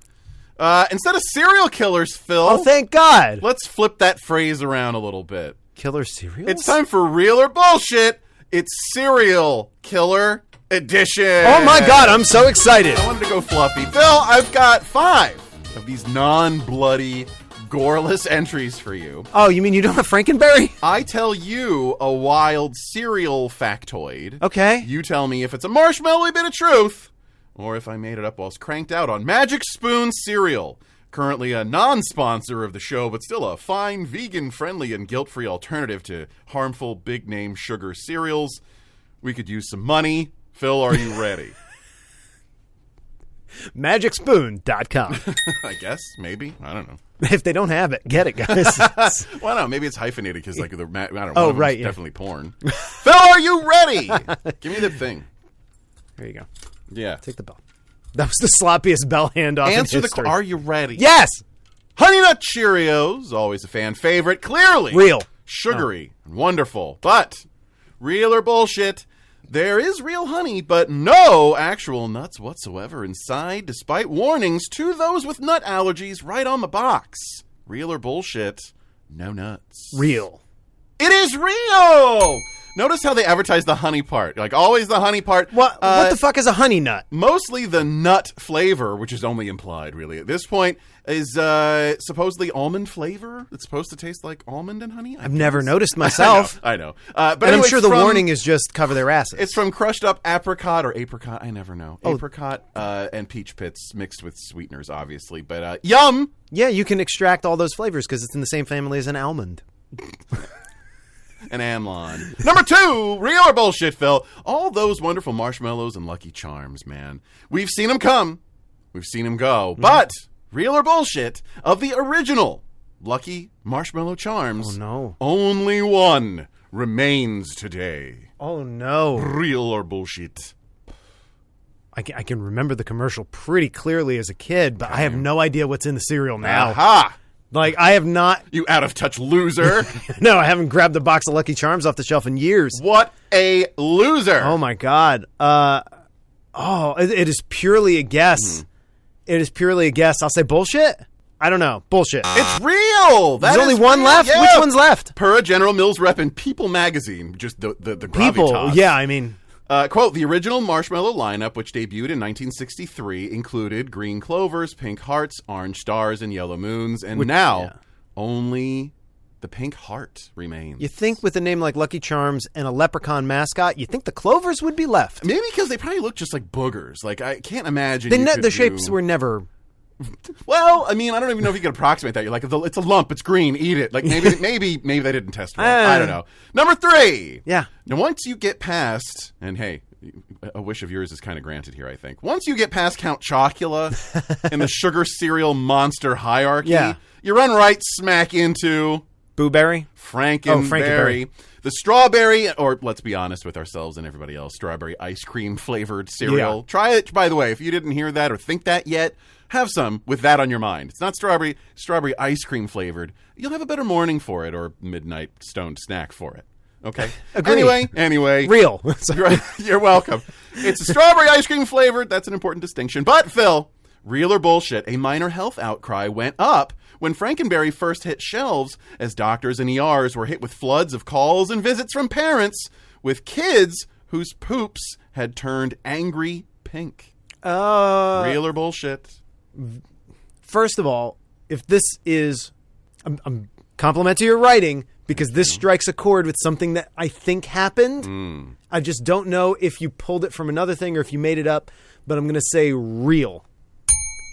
[SPEAKER 2] Uh, instead of serial killers, Phil,
[SPEAKER 1] Oh, thank God!
[SPEAKER 2] let's flip that phrase around a little bit.
[SPEAKER 1] Killer serials.
[SPEAKER 2] It's time for real or bullshit. It's serial killer edition.
[SPEAKER 1] Oh my God! I'm so excited.
[SPEAKER 2] I wanted to go fluffy. Phil, I've got five of these non-bloody, goreless entries for you.
[SPEAKER 1] Oh, you mean you don't have *laughs* Frankenberry?
[SPEAKER 2] I tell you a wild serial factoid.
[SPEAKER 1] Okay.
[SPEAKER 2] You tell me if it's a marshmallowy bit of truth or if I made it up whilst cranked out on Magic Spoon cereal. Currently a non sponsor of the show, but still a fine, vegan friendly, and guilt free alternative to harmful big name sugar cereals. We could use some money. Phil, are you
[SPEAKER 1] *laughs*
[SPEAKER 2] ready?
[SPEAKER 1] *laughs* Magicspoon.com.
[SPEAKER 2] I guess, maybe. I don't know.
[SPEAKER 1] if they don't have it, get it, guys.
[SPEAKER 2] Well, no, maybe it's hyphenated because like the ma- I don't know.
[SPEAKER 1] Oh,
[SPEAKER 2] one of them's
[SPEAKER 1] right, yeah.
[SPEAKER 2] definitely porn. Phil, are
[SPEAKER 1] *laughs*
[SPEAKER 2] you ready? Give me the thing.
[SPEAKER 1] *laughs* there you go.
[SPEAKER 2] Yeah.
[SPEAKER 1] Take the bell. That was the sloppiest bell handoff.
[SPEAKER 2] Answer
[SPEAKER 1] in
[SPEAKER 2] the.
[SPEAKER 1] history.
[SPEAKER 2] Are you ready?
[SPEAKER 1] Yes,
[SPEAKER 2] Honey Nut Cheerios, always a fan favorite. Clearly
[SPEAKER 1] real.
[SPEAKER 2] sugary, and wonderful, but real or bullshit. There is real honey, but no actual nuts whatsoever inside, despite warnings to those with nut allergies right on the box. Real or bullshit, no nuts.
[SPEAKER 1] Real.
[SPEAKER 2] It is real. Notice how they advertise the honey part. Like always the honey part.
[SPEAKER 1] What?
[SPEAKER 2] Uh,
[SPEAKER 1] what the fuck is a honey nut?
[SPEAKER 2] Mostly the nut flavor, which is only implied really at this point, is uh, supposedly almond flavor. It's supposed to taste like almond and honey.
[SPEAKER 1] I've never noticed
[SPEAKER 2] *laughs* I know.
[SPEAKER 1] myself.
[SPEAKER 2] I know. Uh, but
[SPEAKER 1] And I'm
[SPEAKER 2] anyway,
[SPEAKER 1] sure
[SPEAKER 2] it's
[SPEAKER 1] the
[SPEAKER 2] from-
[SPEAKER 1] warning is just cover their asses.
[SPEAKER 2] It's from crushed up apricot or apricot. I never know.
[SPEAKER 1] Oh.
[SPEAKER 2] Apricot uh, and peach pits mixed with sweeteners, obviously. But uh, yum.
[SPEAKER 1] yeah, you can extract all those flavors because it's in the same family as an almond.
[SPEAKER 2] and Amlon. *laughs* Number two, real or bullshit, Phil? All those wonderful marshmallows and Lucky Charms, man. We've seen them come, we've seen them go,
[SPEAKER 1] Mm-hmm.
[SPEAKER 2] but real or bullshit of the original Lucky Marshmallow Charms?
[SPEAKER 1] Oh, no.
[SPEAKER 2] only one remains today.
[SPEAKER 1] Oh no,
[SPEAKER 2] Real or bullshit?
[SPEAKER 1] I can, I can remember the commercial pretty clearly as a kid, but I have no idea what's in the cereal now.
[SPEAKER 2] Aha!
[SPEAKER 1] Like I have not. *laughs*
[SPEAKER 2] You out of touch loser!
[SPEAKER 1] No, I haven't grabbed a box of Lucky Charms off the shelf in years.
[SPEAKER 2] what a loser!
[SPEAKER 1] Oh my god. Uh, oh, it, it is purely a guess. It is purely a guess. I'll say bullshit. I don't know. Bullshit.
[SPEAKER 2] It's real. That
[SPEAKER 1] There's only
[SPEAKER 2] is
[SPEAKER 1] one
[SPEAKER 2] real.
[SPEAKER 1] left.
[SPEAKER 2] Yeah.
[SPEAKER 1] Which one's left?
[SPEAKER 2] Per a General Mills rep in People magazine, just the the, the
[SPEAKER 1] People.
[SPEAKER 2] gravitas.
[SPEAKER 1] Yeah, I mean,
[SPEAKER 2] Uh, quote, the original marshmallow lineup, which debuted in 1963, included green clovers, pink hearts, orange stars, and yellow moons. And now only the pink heart remains.
[SPEAKER 1] you think with a name like Lucky Charms and a leprechaun mascot, you think the clovers would be left?
[SPEAKER 2] Maybe because they probably look just like boogers. Like, I can't imagine.
[SPEAKER 1] They
[SPEAKER 2] you
[SPEAKER 1] ne-
[SPEAKER 2] could
[SPEAKER 1] the shapes
[SPEAKER 2] do-
[SPEAKER 1] were never
[SPEAKER 2] Well, I mean, I don't even know if you can approximate that. You're like, it's a lump, it's green, eat it.
[SPEAKER 1] *laughs*
[SPEAKER 2] Like maybe, maybe, maybe they didn't test well. I don't know. Number three.
[SPEAKER 1] Uh. Yeah.
[SPEAKER 2] Now, once you get past, and hey, a wish of yours is kind of granted here, I think. Once you get past Count
[SPEAKER 1] *laughs*
[SPEAKER 2] Chocula and the sugar cereal monster hierarchy,
[SPEAKER 1] Yeah.
[SPEAKER 2] you run right smack into
[SPEAKER 1] Booberry?
[SPEAKER 2] Frankenberry.
[SPEAKER 1] Oh, Frankenberry.
[SPEAKER 2] The strawberry, or let's be honest with ourselves and everybody else, strawberry ice cream *laughs* flavored cereal.
[SPEAKER 1] Yeah.
[SPEAKER 2] Try it, by the way, if you didn't hear that or think that yet, have some with that on your mind. It's not strawberry, strawberry ice cream flavored. You'll have a better morning for it or midnight stoned snack for it.
[SPEAKER 1] *laughs*
[SPEAKER 2] Okay.
[SPEAKER 1] Agreed.
[SPEAKER 2] Anyway, anyway. *laughs*
[SPEAKER 1] Real. So-
[SPEAKER 2] You're, you're welcome. It's a strawberry ice cream flavored. That's an important distinction. But, Phil, real or bullshit, a minor health outcry went up when Frankenberry first hit shelves as doctors and ERs were hit with floods of calls and visits from parents with kids whose poops had turned angry pink.
[SPEAKER 1] Uh,
[SPEAKER 2] real or bullshit?
[SPEAKER 1] first of all, if this is, I'm, I'm compliment to your writing because this
[SPEAKER 2] Mm-hmm.
[SPEAKER 1] strikes a chord with something that I think happened.
[SPEAKER 2] Mm.
[SPEAKER 1] I just don't know if you pulled it from another thing or if you made it up, but I'm going to say real.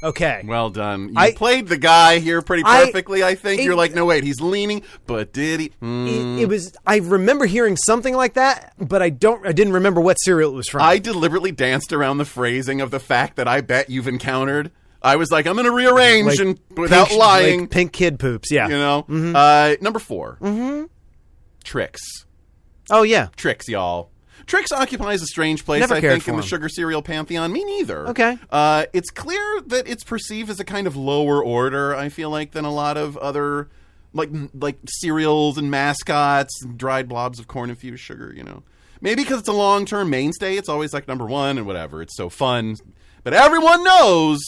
[SPEAKER 1] Okay.
[SPEAKER 2] Well done. You
[SPEAKER 1] I-
[SPEAKER 2] played the guy here pretty
[SPEAKER 1] I-
[SPEAKER 2] perfectly, I, think.
[SPEAKER 1] it-
[SPEAKER 2] You're like, no, wait, he's leaning, but did he? Hmm.
[SPEAKER 1] it, it was. I remember hearing something like that, but I don't. I didn't remember what cereal it was from.
[SPEAKER 2] I deliberately danced around the phrasing of the fact that I bet you've encountered. I was like, I'm going to rearrange
[SPEAKER 1] Like
[SPEAKER 2] and without
[SPEAKER 1] pink-
[SPEAKER 2] lying,
[SPEAKER 1] like Mm-hmm. pink kid poops. Yeah.
[SPEAKER 2] you know. Uh, number 4 mm-hmm. tricks,
[SPEAKER 1] Oh yeah.
[SPEAKER 2] tricks, y'all. Tricks occupies a strange place,
[SPEAKER 1] Never
[SPEAKER 2] I
[SPEAKER 1] cared
[SPEAKER 2] think,
[SPEAKER 1] for
[SPEAKER 2] in the
[SPEAKER 1] him.
[SPEAKER 2] sugar cereal pantheon. Me neither.
[SPEAKER 1] Okay.
[SPEAKER 2] Uh, it's clear that it's perceived as a kind of lower order. I feel like than a lot of other, like like cereals and mascots, and dried blobs of corn infused sugar. You know, maybe because it's a long term mainstay. It's always like number one and whatever. It's so fun, but everyone knows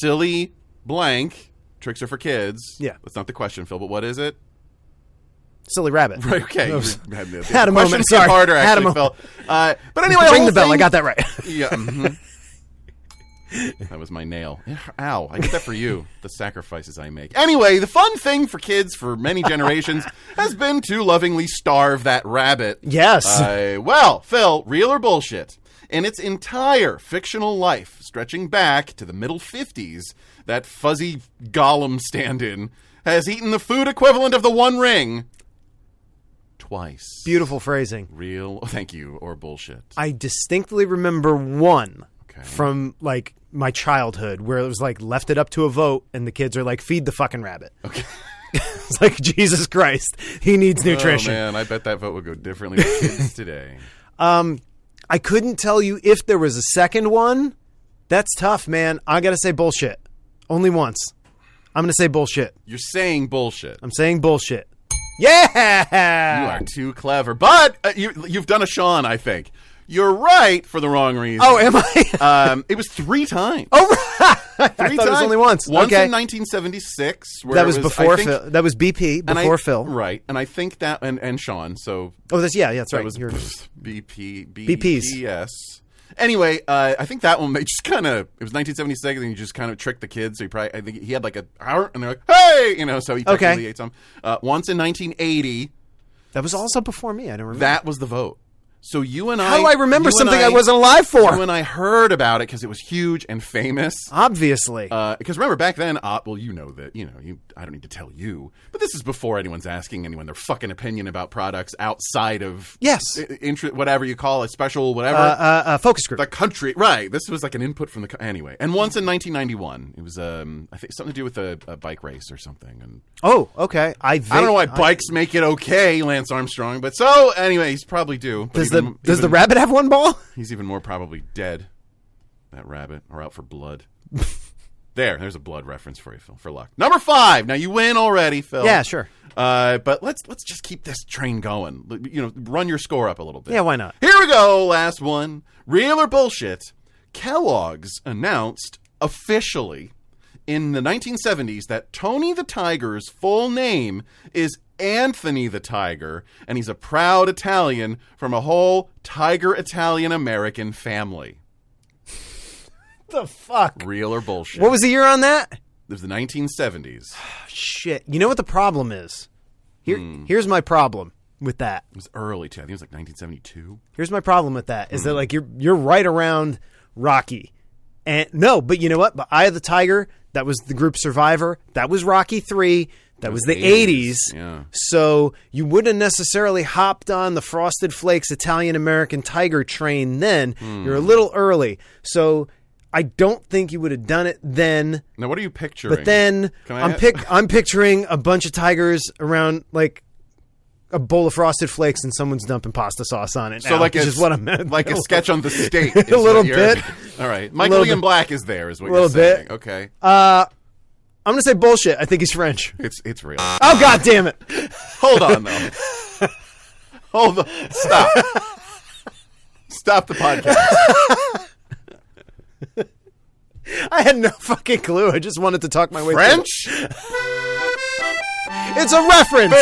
[SPEAKER 2] silly blank tricks are for kids.
[SPEAKER 1] Yeah.
[SPEAKER 2] that's not the question, Phil. But what is it?
[SPEAKER 1] Silly rabbit.
[SPEAKER 2] Right, *laughs* okay. You
[SPEAKER 1] Oops.
[SPEAKER 2] had me-
[SPEAKER 1] Had a
[SPEAKER 2] question
[SPEAKER 1] moment,
[SPEAKER 2] hit
[SPEAKER 1] sorry.
[SPEAKER 2] Harder,
[SPEAKER 1] Had a
[SPEAKER 2] actually,
[SPEAKER 1] moment.
[SPEAKER 2] Phil. Uh, but anyway,
[SPEAKER 1] Ring
[SPEAKER 2] whole
[SPEAKER 1] the bell. I
[SPEAKER 2] thing-
[SPEAKER 1] got that
[SPEAKER 2] *laughs*
[SPEAKER 1] right. *laughs*
[SPEAKER 2] Yeah. mhm. that was my nail. Ow. I get that for you, the sacrifices I make. Anyway, the fun thing for kids for
[SPEAKER 1] *laughs*
[SPEAKER 2] many generations has been to lovingly starve that rabbit.
[SPEAKER 1] Yes.
[SPEAKER 2] Uh, well, Phil, real or bullshit? In its entire fictional life, stretching back to the middle 50s, that fuzzy golem stand in has eaten the food equivalent of the One Ring twice.
[SPEAKER 1] Beautiful phrasing.
[SPEAKER 2] Real, *laughs* thank you, or bullshit.
[SPEAKER 1] I distinctly remember one
[SPEAKER 2] Okay.
[SPEAKER 1] from like my childhood where it was like left it up to a vote and the kids are like feed the fucking rabbit.
[SPEAKER 2] Okay.
[SPEAKER 1] *laughs* It's like Jesus Christ, he needs
[SPEAKER 2] Oh,
[SPEAKER 1] nutrition.
[SPEAKER 2] man, I bet that vote would go differently
[SPEAKER 1] *laughs*
[SPEAKER 2] with kids today.
[SPEAKER 1] um I couldn't tell you if there was a second one. That's tough, man. I got to say bullshit. Only once. I'm going to say bullshit.
[SPEAKER 2] You're saying bullshit.
[SPEAKER 1] I'm saying bullshit. Yeah.
[SPEAKER 2] You are too clever. But uh, you, you've done a Sean, I think. You're right for the wrong reason.
[SPEAKER 1] Oh, am I? *laughs*
[SPEAKER 2] um, it was three times.
[SPEAKER 1] oh, *laughs* I thought
[SPEAKER 2] Three
[SPEAKER 1] it was
[SPEAKER 2] times.
[SPEAKER 1] only once.
[SPEAKER 2] Once
[SPEAKER 1] okay.
[SPEAKER 2] in 1976. Where
[SPEAKER 1] that
[SPEAKER 2] it
[SPEAKER 1] was,
[SPEAKER 2] was
[SPEAKER 1] before
[SPEAKER 2] I think,
[SPEAKER 1] Phil. That was BP
[SPEAKER 2] and I-
[SPEAKER 1] before Phil.
[SPEAKER 2] Right. And I think that, and, and Sean, so
[SPEAKER 1] Oh, that's yeah, yeah, that's
[SPEAKER 2] that
[SPEAKER 1] right.
[SPEAKER 2] was *laughs*
[SPEAKER 1] You're-
[SPEAKER 2] BP,
[SPEAKER 1] BPs.
[SPEAKER 2] BPS. Anyway, uh, I think that one *laughs* they just kind of it was 1976, and you just kind of tricked the kids. So he probably I think he had like a hour, and they're like, "Hey," you know. So he
[SPEAKER 1] Okay.
[SPEAKER 2] technically ate some. Uh, once in 1980,
[SPEAKER 1] That was also before me. I don't remember.
[SPEAKER 2] that was the vote. So you and I,
[SPEAKER 1] How do I remember
[SPEAKER 2] you and
[SPEAKER 1] something I, wasn't alive for?
[SPEAKER 2] You and I heard about it because it was huge and famous.
[SPEAKER 1] Obviously.
[SPEAKER 2] Because remember back then, uh, well, you know that you know you. I don't need to tell you, but this is before anyone's asking anyone their fucking opinion about products outside of
[SPEAKER 1] yes.
[SPEAKER 2] i- interest, whatever you call it, special, whatever.
[SPEAKER 1] Uh, uh, uh, focus group.
[SPEAKER 2] the country, right? This was like an input from the co- anyway. And once in 1991, it was um, I think something to do with a, a bike race or something. And
[SPEAKER 1] oh, okay. I, think,
[SPEAKER 2] I don't know why bikes make it okay, Lance Armstrong. But so anyway, he's probably due. But
[SPEAKER 1] Does the
[SPEAKER 2] even-
[SPEAKER 1] does the
[SPEAKER 2] even-
[SPEAKER 1] rabbit have one ball?
[SPEAKER 2] He's even more probably dead. That rabbit, or out for blood. *laughs* there, there's a blood reference for you, Phil, for luck. Number five. Now you win already, Phil.
[SPEAKER 1] Yeah, sure.
[SPEAKER 2] Uh, but let's let's just keep this train going. L- You know, run your score up a little bit.
[SPEAKER 1] Yeah, why not?
[SPEAKER 2] Here we go. Last one. Real or bullshit? Kellogg's announced officially in the 1970s that Tony the Tiger's full name is Anthony the Tiger, and he's a proud Italian from a whole Tiger Italian American family.
[SPEAKER 1] The fuck.
[SPEAKER 2] Real or bullshit?
[SPEAKER 1] What was the year on that?
[SPEAKER 2] It was the 1970s.
[SPEAKER 1] Shit. You know what the problem is? Here,
[SPEAKER 2] Hmm.
[SPEAKER 1] here's my problem with that.
[SPEAKER 2] It was early too. I think it was like 1972.
[SPEAKER 1] Here's my problem with that is that like you're you're right around Rocky, And no, but you know what? But Eye of the Tiger, that was the group Survivor. That was Rocky 3. That was the 80s.
[SPEAKER 2] 80s, yeah.
[SPEAKER 1] So you wouldn't have necessarily hopped on the Frosted Flakes Italian American Tiger train then. You're a little early. So I don't think you would have done it then.
[SPEAKER 2] Now, what are you picturing?
[SPEAKER 1] But then
[SPEAKER 2] Can I
[SPEAKER 1] I'm
[SPEAKER 2] ha-
[SPEAKER 1] pic- I'm picturing a bunch of tigers around like a bowl of frosted flakes and someone's dumping pasta sauce on it.
[SPEAKER 2] so
[SPEAKER 1] now,
[SPEAKER 2] like
[SPEAKER 1] which
[SPEAKER 2] a,
[SPEAKER 1] is what I *laughs* meant.
[SPEAKER 2] like *laughs* a sketch on the state. is
[SPEAKER 1] A little
[SPEAKER 2] what you're-
[SPEAKER 1] bit.
[SPEAKER 2] All right, Michael
[SPEAKER 1] little
[SPEAKER 2] Ian
[SPEAKER 1] bit.
[SPEAKER 2] Black is there, is what
[SPEAKER 1] Little
[SPEAKER 2] you're saying.
[SPEAKER 1] bit.
[SPEAKER 2] Okay,
[SPEAKER 1] I'm gonna say bullshit. I think he's French.
[SPEAKER 2] it's it's real.
[SPEAKER 1] Oh god damn it.
[SPEAKER 2] Hold on though. *laughs* Hold on. Stop. Stop the podcast.
[SPEAKER 1] I had no fucking clue. I just wanted to talk my way through.
[SPEAKER 2] French?
[SPEAKER 1] It's a reference.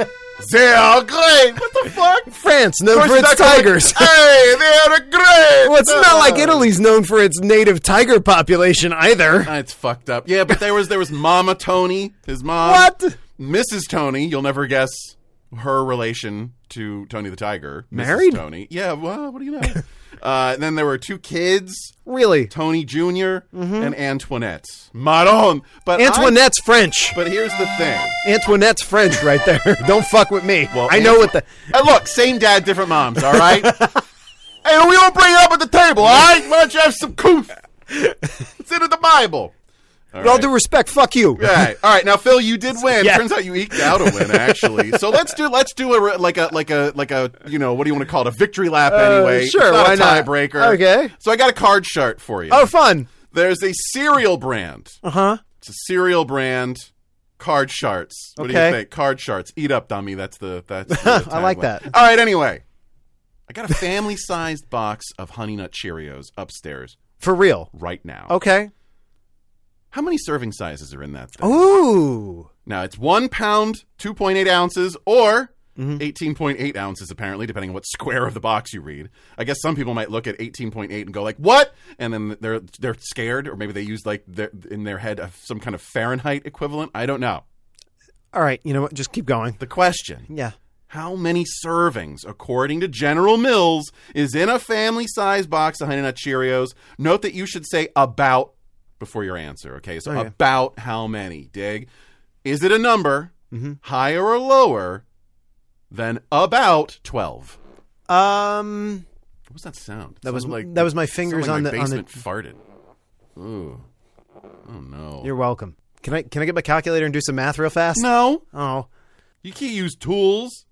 [SPEAKER 2] *laughs* They're great. They're great. What the fuck?
[SPEAKER 1] France, known for
[SPEAKER 2] Of course
[SPEAKER 1] its
[SPEAKER 2] it's not gonna- Uh.
[SPEAKER 1] tigers.
[SPEAKER 2] *laughs* hey, they're *laughs* great.
[SPEAKER 1] well, it's not like Italy's known for its native tiger population either.
[SPEAKER 2] Uh, It's fucked up. Yeah, but there was there was Mama Tony, his mom.
[SPEAKER 1] What?
[SPEAKER 2] Mrs. Tony, you'll never guess her relation to Tony the Tiger. Mrs.
[SPEAKER 1] Married?
[SPEAKER 2] Tony. Yeah, well, what do you know? *laughs* uh, and then there were two kids.
[SPEAKER 1] Really.
[SPEAKER 2] Tony junior and Antoinette. Maron. But I-
[SPEAKER 1] Antoinette's French.
[SPEAKER 2] but here's the thing.
[SPEAKER 1] Antoinette's French right there. *laughs* Don't fuck with me.
[SPEAKER 2] Well,
[SPEAKER 1] I know what the
[SPEAKER 2] And look, same dad, different moms. All right. hey, we don't bring it up at the table. All right. Why don't you have some coof? It's in the Bible.
[SPEAKER 1] With all due respect, fuck you.
[SPEAKER 2] Right. All right. Now, Phil, you did win.
[SPEAKER 1] Yeah.
[SPEAKER 2] Turns out you eked out a win, actually. So let's do let's do a re- like a like a like a you know what do you want to call it a victory lap anyway?
[SPEAKER 1] Uh, sure,
[SPEAKER 2] It's not
[SPEAKER 1] why
[SPEAKER 2] a
[SPEAKER 1] not?
[SPEAKER 2] tiebreaker.
[SPEAKER 1] Okay.
[SPEAKER 2] So I got a card chart for you.
[SPEAKER 1] Oh, fun.
[SPEAKER 2] There's a cereal brand.
[SPEAKER 1] Uh huh.
[SPEAKER 2] It's a cereal brand. Card charts. What do
[SPEAKER 1] Okay.
[SPEAKER 2] you think? Card charts. Eat up, dummy. That's the that's.
[SPEAKER 1] *laughs*
[SPEAKER 2] The
[SPEAKER 1] I like
[SPEAKER 2] tagline.
[SPEAKER 1] that.
[SPEAKER 2] All right. Anyway, I got a family-sized box of Honey Nut Cheerios upstairs
[SPEAKER 1] For real.
[SPEAKER 2] right now.
[SPEAKER 1] Okay.
[SPEAKER 2] How many serving sizes are in that thing?
[SPEAKER 1] Ooh.
[SPEAKER 2] Now it's one pound, two point eight ounces, or eighteen point eight ounces, apparently, depending on what square of the box you read. I guess some people might look at eighteen point eight and go like, "What?" and then they're they're scared, or maybe they use like their, in their head of some kind of Fahrenheit equivalent. I don't know.
[SPEAKER 1] All right. You know what? Just keep going.
[SPEAKER 2] The question:
[SPEAKER 1] Yeah.
[SPEAKER 2] How many servings, according to General Mills, is in a family-sized box of Honey Nut Cheerios? Note that you should say about before your answer. Okay, so
[SPEAKER 1] Okay.
[SPEAKER 2] about how many? Dig. Is it a number
[SPEAKER 1] Mm-hmm.
[SPEAKER 2] higher or lower than about twelve?
[SPEAKER 1] Um.
[SPEAKER 2] What was that sound? It
[SPEAKER 1] That was-
[SPEAKER 2] sounded
[SPEAKER 1] that was my fingers
[SPEAKER 2] sounded like
[SPEAKER 1] on
[SPEAKER 2] my
[SPEAKER 1] the- on the-
[SPEAKER 2] basement farted. Ooh, oh no!
[SPEAKER 1] You're welcome. Can I can I get my calculator and do some math real fast?
[SPEAKER 2] no,
[SPEAKER 1] Oh.
[SPEAKER 2] you can't use tools.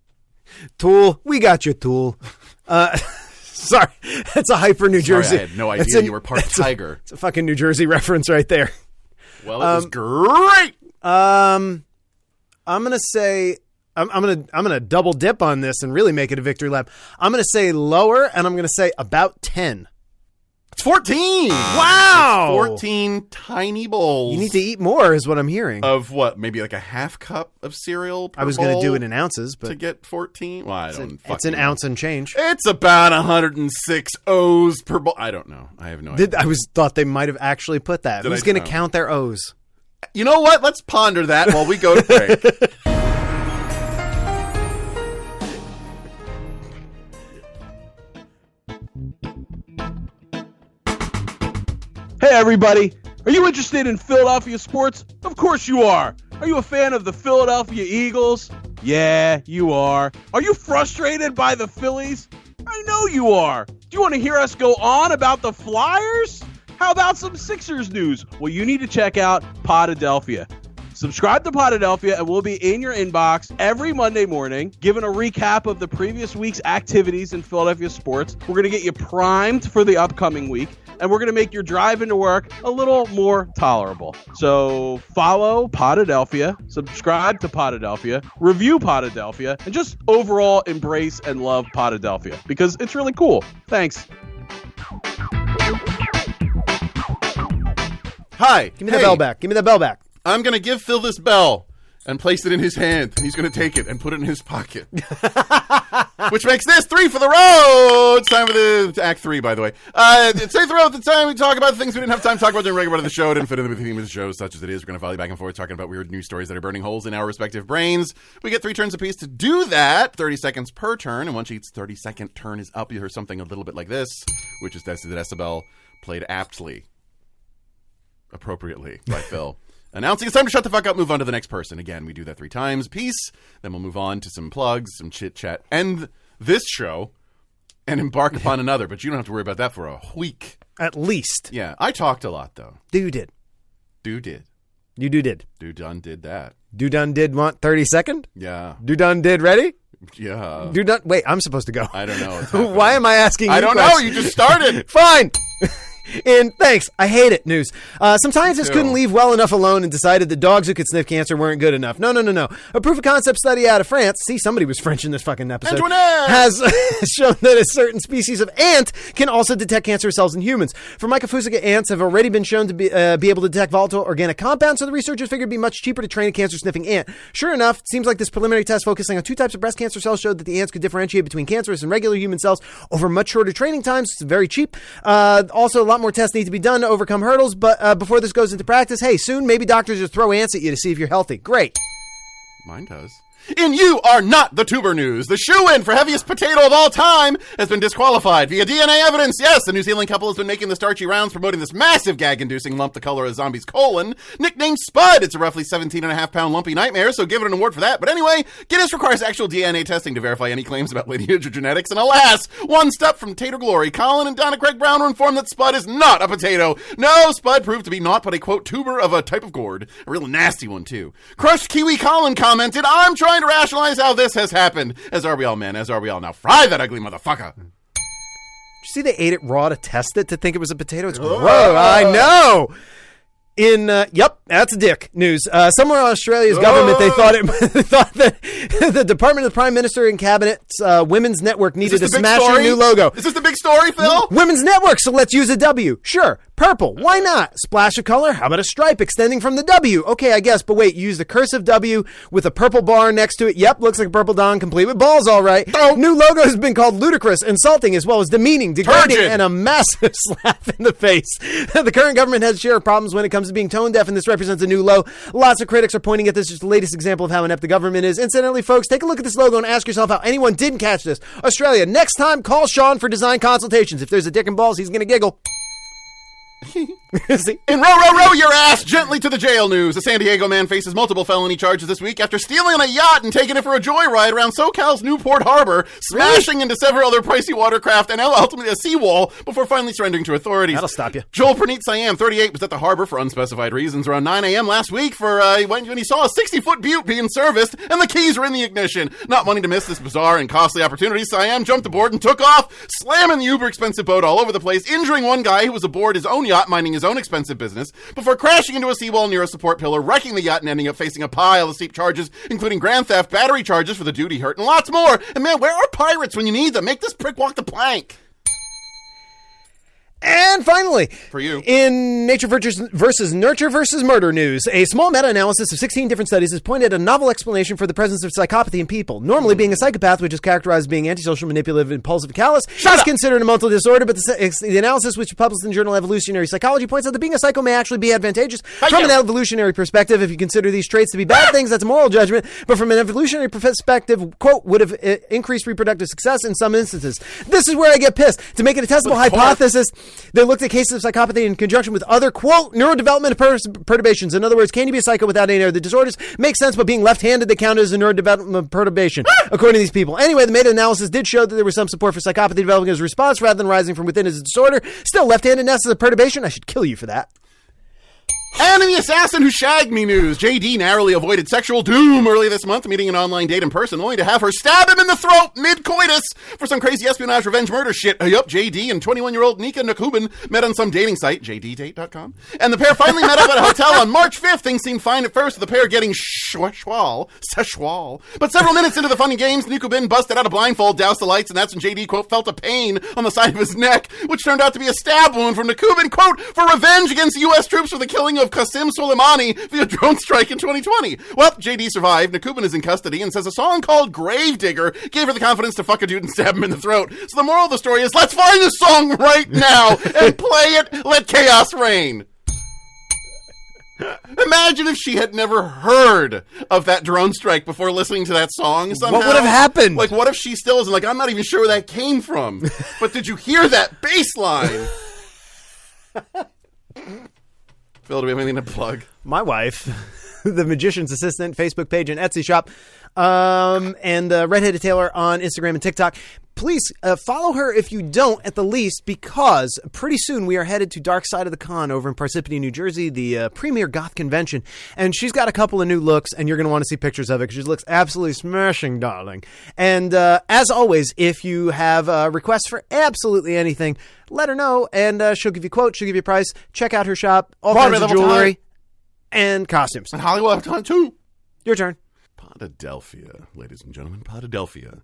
[SPEAKER 1] Tool. We got your tool. Uh. *laughs* sorry. That's a hyper New
[SPEAKER 2] Sorry,
[SPEAKER 1] Jersey.
[SPEAKER 2] I
[SPEAKER 1] *laughs*
[SPEAKER 2] had no
[SPEAKER 1] That's
[SPEAKER 2] idea
[SPEAKER 1] a-
[SPEAKER 2] you were part
[SPEAKER 1] that's a-
[SPEAKER 2] tiger.
[SPEAKER 1] It's a fucking New Jersey reference right there.
[SPEAKER 2] well, it was great.
[SPEAKER 1] Um, I'm gonna say I'm, I'm gonna I'm gonna double dip on this and really make it a victory lap. I'm gonna say lower, and I'm gonna say about ten.
[SPEAKER 2] It's fourteen.
[SPEAKER 1] Wow,
[SPEAKER 2] 14 Ah, tiny bowls.
[SPEAKER 1] You need to eat more, is what I'm hearing.
[SPEAKER 2] of what? Maybe like a half cup of cereal. Per
[SPEAKER 1] I was gonna
[SPEAKER 2] bowl
[SPEAKER 1] do it in ounces,
[SPEAKER 2] to
[SPEAKER 1] but
[SPEAKER 2] get 14. Well, I don't.
[SPEAKER 1] it's an
[SPEAKER 2] fucking know.
[SPEAKER 1] ounce and change.
[SPEAKER 2] It's about 106 O's per bowl. I don't know. I have no idea.
[SPEAKER 1] Did I was thought they might have actually put that.
[SPEAKER 2] Did
[SPEAKER 1] Who's
[SPEAKER 2] I-
[SPEAKER 1] gonna
[SPEAKER 2] no.
[SPEAKER 1] count their O's?
[SPEAKER 2] You know what? Let's ponder that while we go to break.
[SPEAKER 1] *laughs*
[SPEAKER 3] Hey, everybody. Are you interested in Philadelphia sports? Of course you are. Are you a fan of the Philadelphia Eagles? Yeah, you are. Are you frustrated by the Phillies? I know you are. Do you want to hear us go on about the Flyers? How about some Sixers news? Well, you need to check out Podadelphia. Subscribe to Podadelphia and we'll be in your inbox every Monday morning, giving a recap of the previous week's activities in Philadelphia sports. We're going to get you primed for the upcoming week, and we're going to make your drive into work a little more tolerable. So follow Podadelphia, subscribe to Podadelphia, review Podadelphia, and just overall embrace and love Podadelphia because it's really cool. Thanks.
[SPEAKER 2] Hi.
[SPEAKER 1] Give me the bell back. Give me the bell back.
[SPEAKER 2] I'm going to give Phil this bell and placed it in his hand. And he's going to take it and put it in his pocket. Which makes this three for the road. It's time for the it's act three, by the way. Uh, it's safe the road. The time we talk about the things we didn't have time to talk about during regular part of the show. It didn't fit in with the theme of the show, such as it is. We're going to volley back and forth talking about weird news stories that are burning holes in our respective brains. We get three turns apiece to do that, 30 seconds per turn. And once each 30 second turn is up, you hear something a little bit like this, which is Destiny the Decibel played aptly appropriately by *laughs* Phil. Announcing it's time to shut the fuck up, move on to the next person. Again, we do that three times. Peace. Then we'll move on to some plugs, some chit chat, end this show, and embark upon another. But you don't have to worry about that for a week.
[SPEAKER 1] At least.
[SPEAKER 2] Yeah, I talked a lot though.
[SPEAKER 1] You did.
[SPEAKER 2] Do did.
[SPEAKER 1] You do did.
[SPEAKER 2] Do done did that.
[SPEAKER 1] Do done did want 30 second?
[SPEAKER 2] Yeah.
[SPEAKER 1] Do done did ready?
[SPEAKER 2] Yeah.
[SPEAKER 1] Do done. Wait, I'm supposed to go.
[SPEAKER 2] I don't know. what's
[SPEAKER 1] *laughs*
[SPEAKER 2] happening.
[SPEAKER 1] Why am I asking
[SPEAKER 2] I
[SPEAKER 1] you
[SPEAKER 2] don't know.
[SPEAKER 1] questions?
[SPEAKER 2] You
[SPEAKER 1] *laughs*
[SPEAKER 2] just started. *laughs*
[SPEAKER 1] Fine. And thanks. I hate it. News. Uh, some scientists
[SPEAKER 2] too.
[SPEAKER 1] couldn't leave well enough alone and decided the dogs who could sniff cancer weren't good enough. No, no, no, no. A proof of concept study out of France. See, somebody was French in this fucking episode.
[SPEAKER 2] Antoinette!
[SPEAKER 1] Has *laughs* shown that a certain species of ant can also detect cancer cells in humans. Formicafusica ants have already been shown to be, uh, be able to detect volatile organic compounds, so the researchers figured it'd be much cheaper to train a cancer sniffing ant. Sure enough, it seems like this preliminary test focusing on two types of breast cancer cells showed that the ants could differentiate between cancerous and regular human cells over much shorter training times. It's very cheap. Uh, also, a lot more tests need to be done to overcome hurdles, but uh, before this goes into practice, hey, soon maybe doctors just throw ants at you to see if you're healthy. Great.
[SPEAKER 2] Mine does. In You Are Not the Tuber News, the shoe in for heaviest potato of all time has been disqualified via DNA evidence. Yes, the New Zealand couple has been making the starchy rounds promoting this massive gag inducing lump the color of a zombie's colon. Nicknamed Spud, it's a roughly 17 and a half pound lumpy nightmare, so give it an award for that. But anyway, Guinness requires actual DNA testing to verify any claims about lineage or genetics, and alas, one step from tater glory, Colin and Donna Craig Brown were informed that Spud is not a potato. No, Spud proved to be not but a quote tuber of a type of gourd, a real nasty one too. Crushed Kiwi Colin commented, "I'm trying to rationalize how this has happened." As are we all, men? As are we all? Now fry that ugly motherfucker.
[SPEAKER 1] Did you see they ate it raw to test it to think it was a potato? It's gross. I know. In uh, yep, that's dick news. Uh, somewhere in Australia's government, they thought it *laughs* they thought that the Department of the Prime Minister and Cabinet's uh, Women's Network needed to
[SPEAKER 2] the big
[SPEAKER 1] smash your
[SPEAKER 2] story?
[SPEAKER 1] new logo.
[SPEAKER 2] Is this the big story, Phil?
[SPEAKER 1] Women's Network, so let's use a W. Sure, purple. Why not? Splash of color. How about a stripe extending from the W? Okay, I guess. But wait, use the cursive W with a purple bar next to it. Yep, looks like a purple don, complete with balls. All right. New logo has been called ludicrous, insulting, as well as demeaning, degrading,
[SPEAKER 2] Turgid.
[SPEAKER 1] and a massive *laughs* slap in the face. *laughs* the current government has share of problems when it comes to being tone deaf, and this represents a new low. Lots of critics are pointing at this as the latest example of how inept the government is. Incidentally, folks, take a look at this logo and ask yourself how anyone didn't catch this. Australia, next time, call Sean for design consultations. If there's a dick and balls, he's going to giggle. *laughs* See?
[SPEAKER 2] And row, row, row your ass gently to the jail news. A San Diego man faces multiple felony charges this week after stealing a yacht and taking it for a joyride around SoCal's Newport Harbor, smashing into several other pricey watercraft and ultimately a seawall before finally surrendering to authorities.
[SPEAKER 1] That'll stop ya.
[SPEAKER 2] Joel Pranit Siam, 38, was at the harbor for unspecified reasons around 9 a.m. last week for uh, when, when he saw a 60 foot butte being serviced and the keys were in the ignition. Not wanting to miss this bizarre and costly opportunity, Siam jumped aboard and took off, slamming the uber expensive boat all over the place, injuring one guy who was aboard his own yacht minding his own expensive business before crashing into a seawall near a support pillar, wrecking the yacht and ending up facing a pile of steep charges, including grand theft, battery charges for the duty hurt, and lots more. And man, where are pirates when you need them? Make this prick walk the plank.
[SPEAKER 1] And finally,
[SPEAKER 2] For you.
[SPEAKER 1] in Nature versus, versus Nurture versus Murder news, a small meta-analysis of 16 different studies has pointed at a novel explanation for the presence of psychopathy in people. Normally, being a
[SPEAKER 2] Hmm.
[SPEAKER 1] psychopath, which is characterized as being antisocial, manipulative, impulsive, and callous, is considered a mental disorder. But the, s- ex- the analysis, which was published in the journal Evolutionary Psychology, points out that being a psycho may actually be advantageous from an evolutionary perspective. If you consider these traits to be bad things, that's a moral judgment. But from an evolutionary perspective, quote, would have uh, increased reproductive success in some instances. This is where I get pissed. To make it a testable hypothesis hypothesis. They looked at cases of psychopathy in conjunction with other, quote, neurodevelopmental pers- perturbations. In other words, can you be a psycho without any of the disorders? Makes sense, but being left handed, they counted as a neurodevelopmental perturbation, according to these people. Anyway, the meta analysis did show that there was some support for psychopathy developing as a response rather than rising from within as a disorder. Still, left handedness is a perturbation. I should kill you for that.
[SPEAKER 2] And in the assassin who shagged me news, JD narrowly avoided sexual doom early this month, meeting an online date in person, only to have her stab him in the throat mid coitus for some crazy espionage revenge murder shit. Uh, yup, JD and 21 year old Nika Nakubin met on some dating site, jddate.com, and the pair finally met up at a hotel on March 5th. Things seemed fine at first, with the pair getting schwal, sexual. But several minutes into the fun and games, Nakubin busted out a blindfold, doused the lights, and that's when JD, quote, felt a pain on the side of his neck, which turned out to be a stab wound from Nakubin, quote, for revenge against U.S. troops for the killing of of Qasim Soleimani via drone strike in 2020. Well, JD survived. Nakubin is in custody and says a song called Gravedigger gave her the confidence to fuck a dude and stab him in the throat. So the moral of the story is let's find the song right now and play it. Let chaos reign. Imagine if she had never heard of that drone strike before listening to that song. Somehow.
[SPEAKER 1] would have happened?
[SPEAKER 2] Like, what if she still isn't like, I'm not even sure where that came from. but did you hear that bass line? Phil, do we have anything to plug?
[SPEAKER 1] my wife, *laughs* the magician's assistant, Facebook page and Etsy shop, um, and uh, redheaded Taylor on Instagram and TikTok. Please uh, follow her if you don't, at the least, because pretty soon we are headed to Dark Side of the Con over in Parsippany, New Jersey, the uh, premier goth convention. And she's got a couple of new looks, and you're going to want to see pictures of it 'cause she looks absolutely smashing, darling. And uh, as always, if you have uh, requests for absolutely anything, let her know, and uh, she'll give you quotes, she'll give you a price. Check out her shop, all
[SPEAKER 2] Barbie
[SPEAKER 1] kinds of
[SPEAKER 2] level
[SPEAKER 1] jewelry and costumes.
[SPEAKER 2] And Hollywood have time too.
[SPEAKER 1] Your turn.
[SPEAKER 2] Potadelphia, ladies and gentlemen, Potadelphia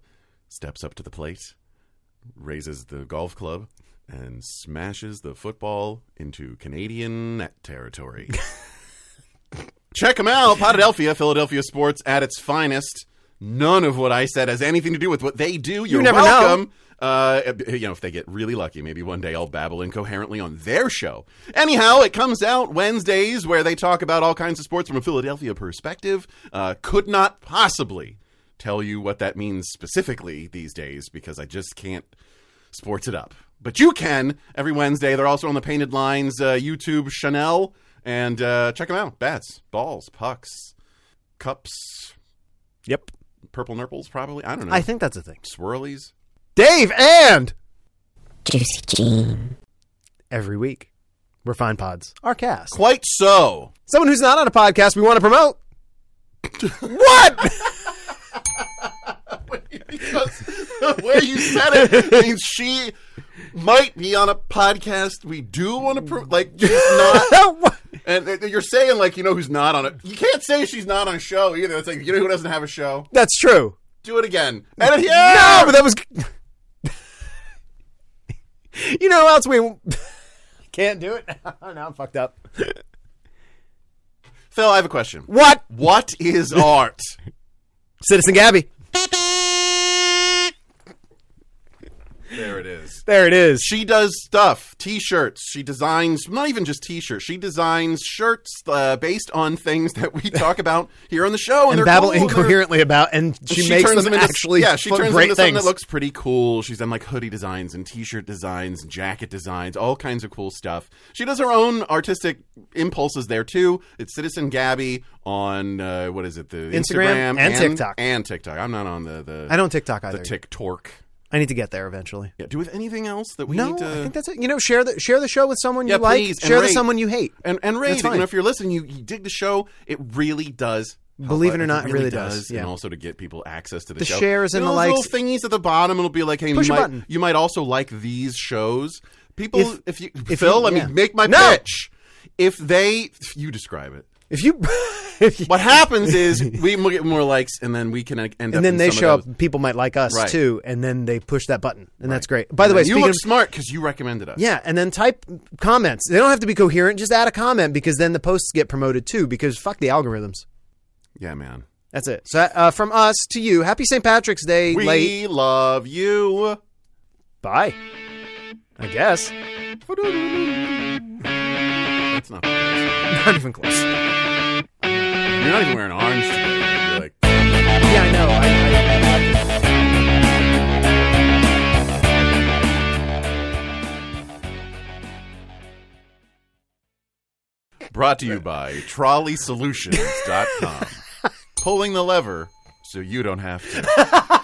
[SPEAKER 2] steps up to the plate, raises the golf club, and smashes the football into Canadian net
[SPEAKER 1] *laughs*
[SPEAKER 2] territory. Check them out, Potadelphia, Philadelphia sports at its finest. None of what I said has anything to do with what they do. You're
[SPEAKER 1] never know.
[SPEAKER 2] welcome. Uh, you know, if they get really lucky, maybe one day I'll babble incoherently on their show. Anyhow, it comes out Wednesdays where they talk about all kinds of sports from a Philadelphia perspective. Uh, could not possibly tell you what that means specifically these days because I just can't sports it up. But you can every Wednesday. They're also on the Painted Lines uh, YouTube Chanel. And uh, check them out. Bats, balls, pucks, cups,
[SPEAKER 1] Yep.
[SPEAKER 2] purple nurples, probably. I don't know.
[SPEAKER 1] I think that's a thing.
[SPEAKER 2] Swirlies.
[SPEAKER 1] Dave and
[SPEAKER 5] Juicy Jean.
[SPEAKER 1] every week, Refine Pods, our cast.
[SPEAKER 2] Quite so.
[SPEAKER 1] Someone who's not on a podcast we want to
[SPEAKER 2] *laughs*
[SPEAKER 1] promote. what? *laughs*
[SPEAKER 2] because the way you said it means she might be on a podcast we do want to pro- like she's not and th- you're saying like you know who's not on it you can't say she's not on a show either it's like you know who doesn't have a show
[SPEAKER 1] that's true.
[SPEAKER 2] do it again and it,
[SPEAKER 1] No,
[SPEAKER 2] yeah
[SPEAKER 1] but that was. *laughs* you know, who else we *laughs* can't do it. *laughs* now I'm fucked up.
[SPEAKER 2] phil i have a question
[SPEAKER 1] What?
[SPEAKER 2] what is art
[SPEAKER 1] Citizen Gabby.
[SPEAKER 2] there it is
[SPEAKER 1] There it is.
[SPEAKER 2] she does stuff t-shirts she designs not even just t-shirts she designs shirts uh, based on things that we talk about here on the show and,
[SPEAKER 1] And
[SPEAKER 2] they're
[SPEAKER 1] babble
[SPEAKER 2] cool, they're-
[SPEAKER 1] incoherently about, and she, makes them,
[SPEAKER 2] into-
[SPEAKER 1] actually
[SPEAKER 2] yeah she
[SPEAKER 1] fun-
[SPEAKER 2] turns them
[SPEAKER 1] great
[SPEAKER 2] into something
[SPEAKER 1] things.
[SPEAKER 2] that looks pretty cool she's done like hoodie designs and t-shirt designs and jacket designs all kinds of cool stuff she does her own artistic impulses there too it's citizen gabby on uh, what is it the
[SPEAKER 1] Instagram and TikTok.
[SPEAKER 2] and tiktok i'm not on the the
[SPEAKER 1] I don't TikTok either.
[SPEAKER 2] the tiktok
[SPEAKER 1] I need to get there eventually.
[SPEAKER 2] yeah do we have anything else that we
[SPEAKER 1] no,
[SPEAKER 2] need to
[SPEAKER 1] I think that's it. You know, share the share the show with someone
[SPEAKER 2] Yeah,
[SPEAKER 1] you like,
[SPEAKER 2] please, and
[SPEAKER 1] share with
[SPEAKER 2] rate.
[SPEAKER 1] someone you hate.
[SPEAKER 2] and and rate
[SPEAKER 1] That's
[SPEAKER 2] it.
[SPEAKER 1] fine.
[SPEAKER 2] you know if you're listening you, you dig the show it really does help
[SPEAKER 1] Believe
[SPEAKER 2] us.
[SPEAKER 1] it or not, it really does, yeah.
[SPEAKER 2] and also to get people access to the,
[SPEAKER 1] The
[SPEAKER 2] show.
[SPEAKER 1] shares
[SPEAKER 2] You
[SPEAKER 1] and
[SPEAKER 2] know
[SPEAKER 1] the
[SPEAKER 2] those
[SPEAKER 1] likes.
[SPEAKER 2] little thingies at the bottom it'll be like hey
[SPEAKER 1] Push a
[SPEAKER 2] you, might,
[SPEAKER 1] button.
[SPEAKER 2] you might also like these shows people if,
[SPEAKER 1] If-
[SPEAKER 2] you
[SPEAKER 1] if
[SPEAKER 2] Phil
[SPEAKER 1] you-
[SPEAKER 2] let
[SPEAKER 1] yeah.
[SPEAKER 2] me make my
[SPEAKER 1] No!
[SPEAKER 2] pitch if they you describe it
[SPEAKER 1] If you, *laughs* if you
[SPEAKER 2] what happens
[SPEAKER 1] *laughs*
[SPEAKER 2] is we mo- get more likes and then we can uh, end up
[SPEAKER 1] and then
[SPEAKER 2] in
[SPEAKER 1] they
[SPEAKER 2] some of
[SPEAKER 1] show
[SPEAKER 2] those.
[SPEAKER 1] up, people might like us
[SPEAKER 2] Right.
[SPEAKER 1] too, and then they push that button, and that's great. By the way,
[SPEAKER 2] you
[SPEAKER 1] speaking
[SPEAKER 2] look
[SPEAKER 1] of,
[SPEAKER 2] smart because you recommended us
[SPEAKER 1] yeah, and then type comments. They don't have to be coherent; just add a comment because then the posts get promoted too. Because fuck the algorithms.
[SPEAKER 2] yeah man
[SPEAKER 1] That's it. So uh, from us to you, happy St. Patrick's Day.
[SPEAKER 2] we
[SPEAKER 1] late.
[SPEAKER 2] love you
[SPEAKER 1] Bye. I guess *laughs*
[SPEAKER 2] that's not you're
[SPEAKER 1] not even close.
[SPEAKER 2] not even wearing orange today You're like
[SPEAKER 1] Yeah, I know. I, I,
[SPEAKER 2] Brought to you by trolleysolutions.com. Pulling the lever so you don't have to.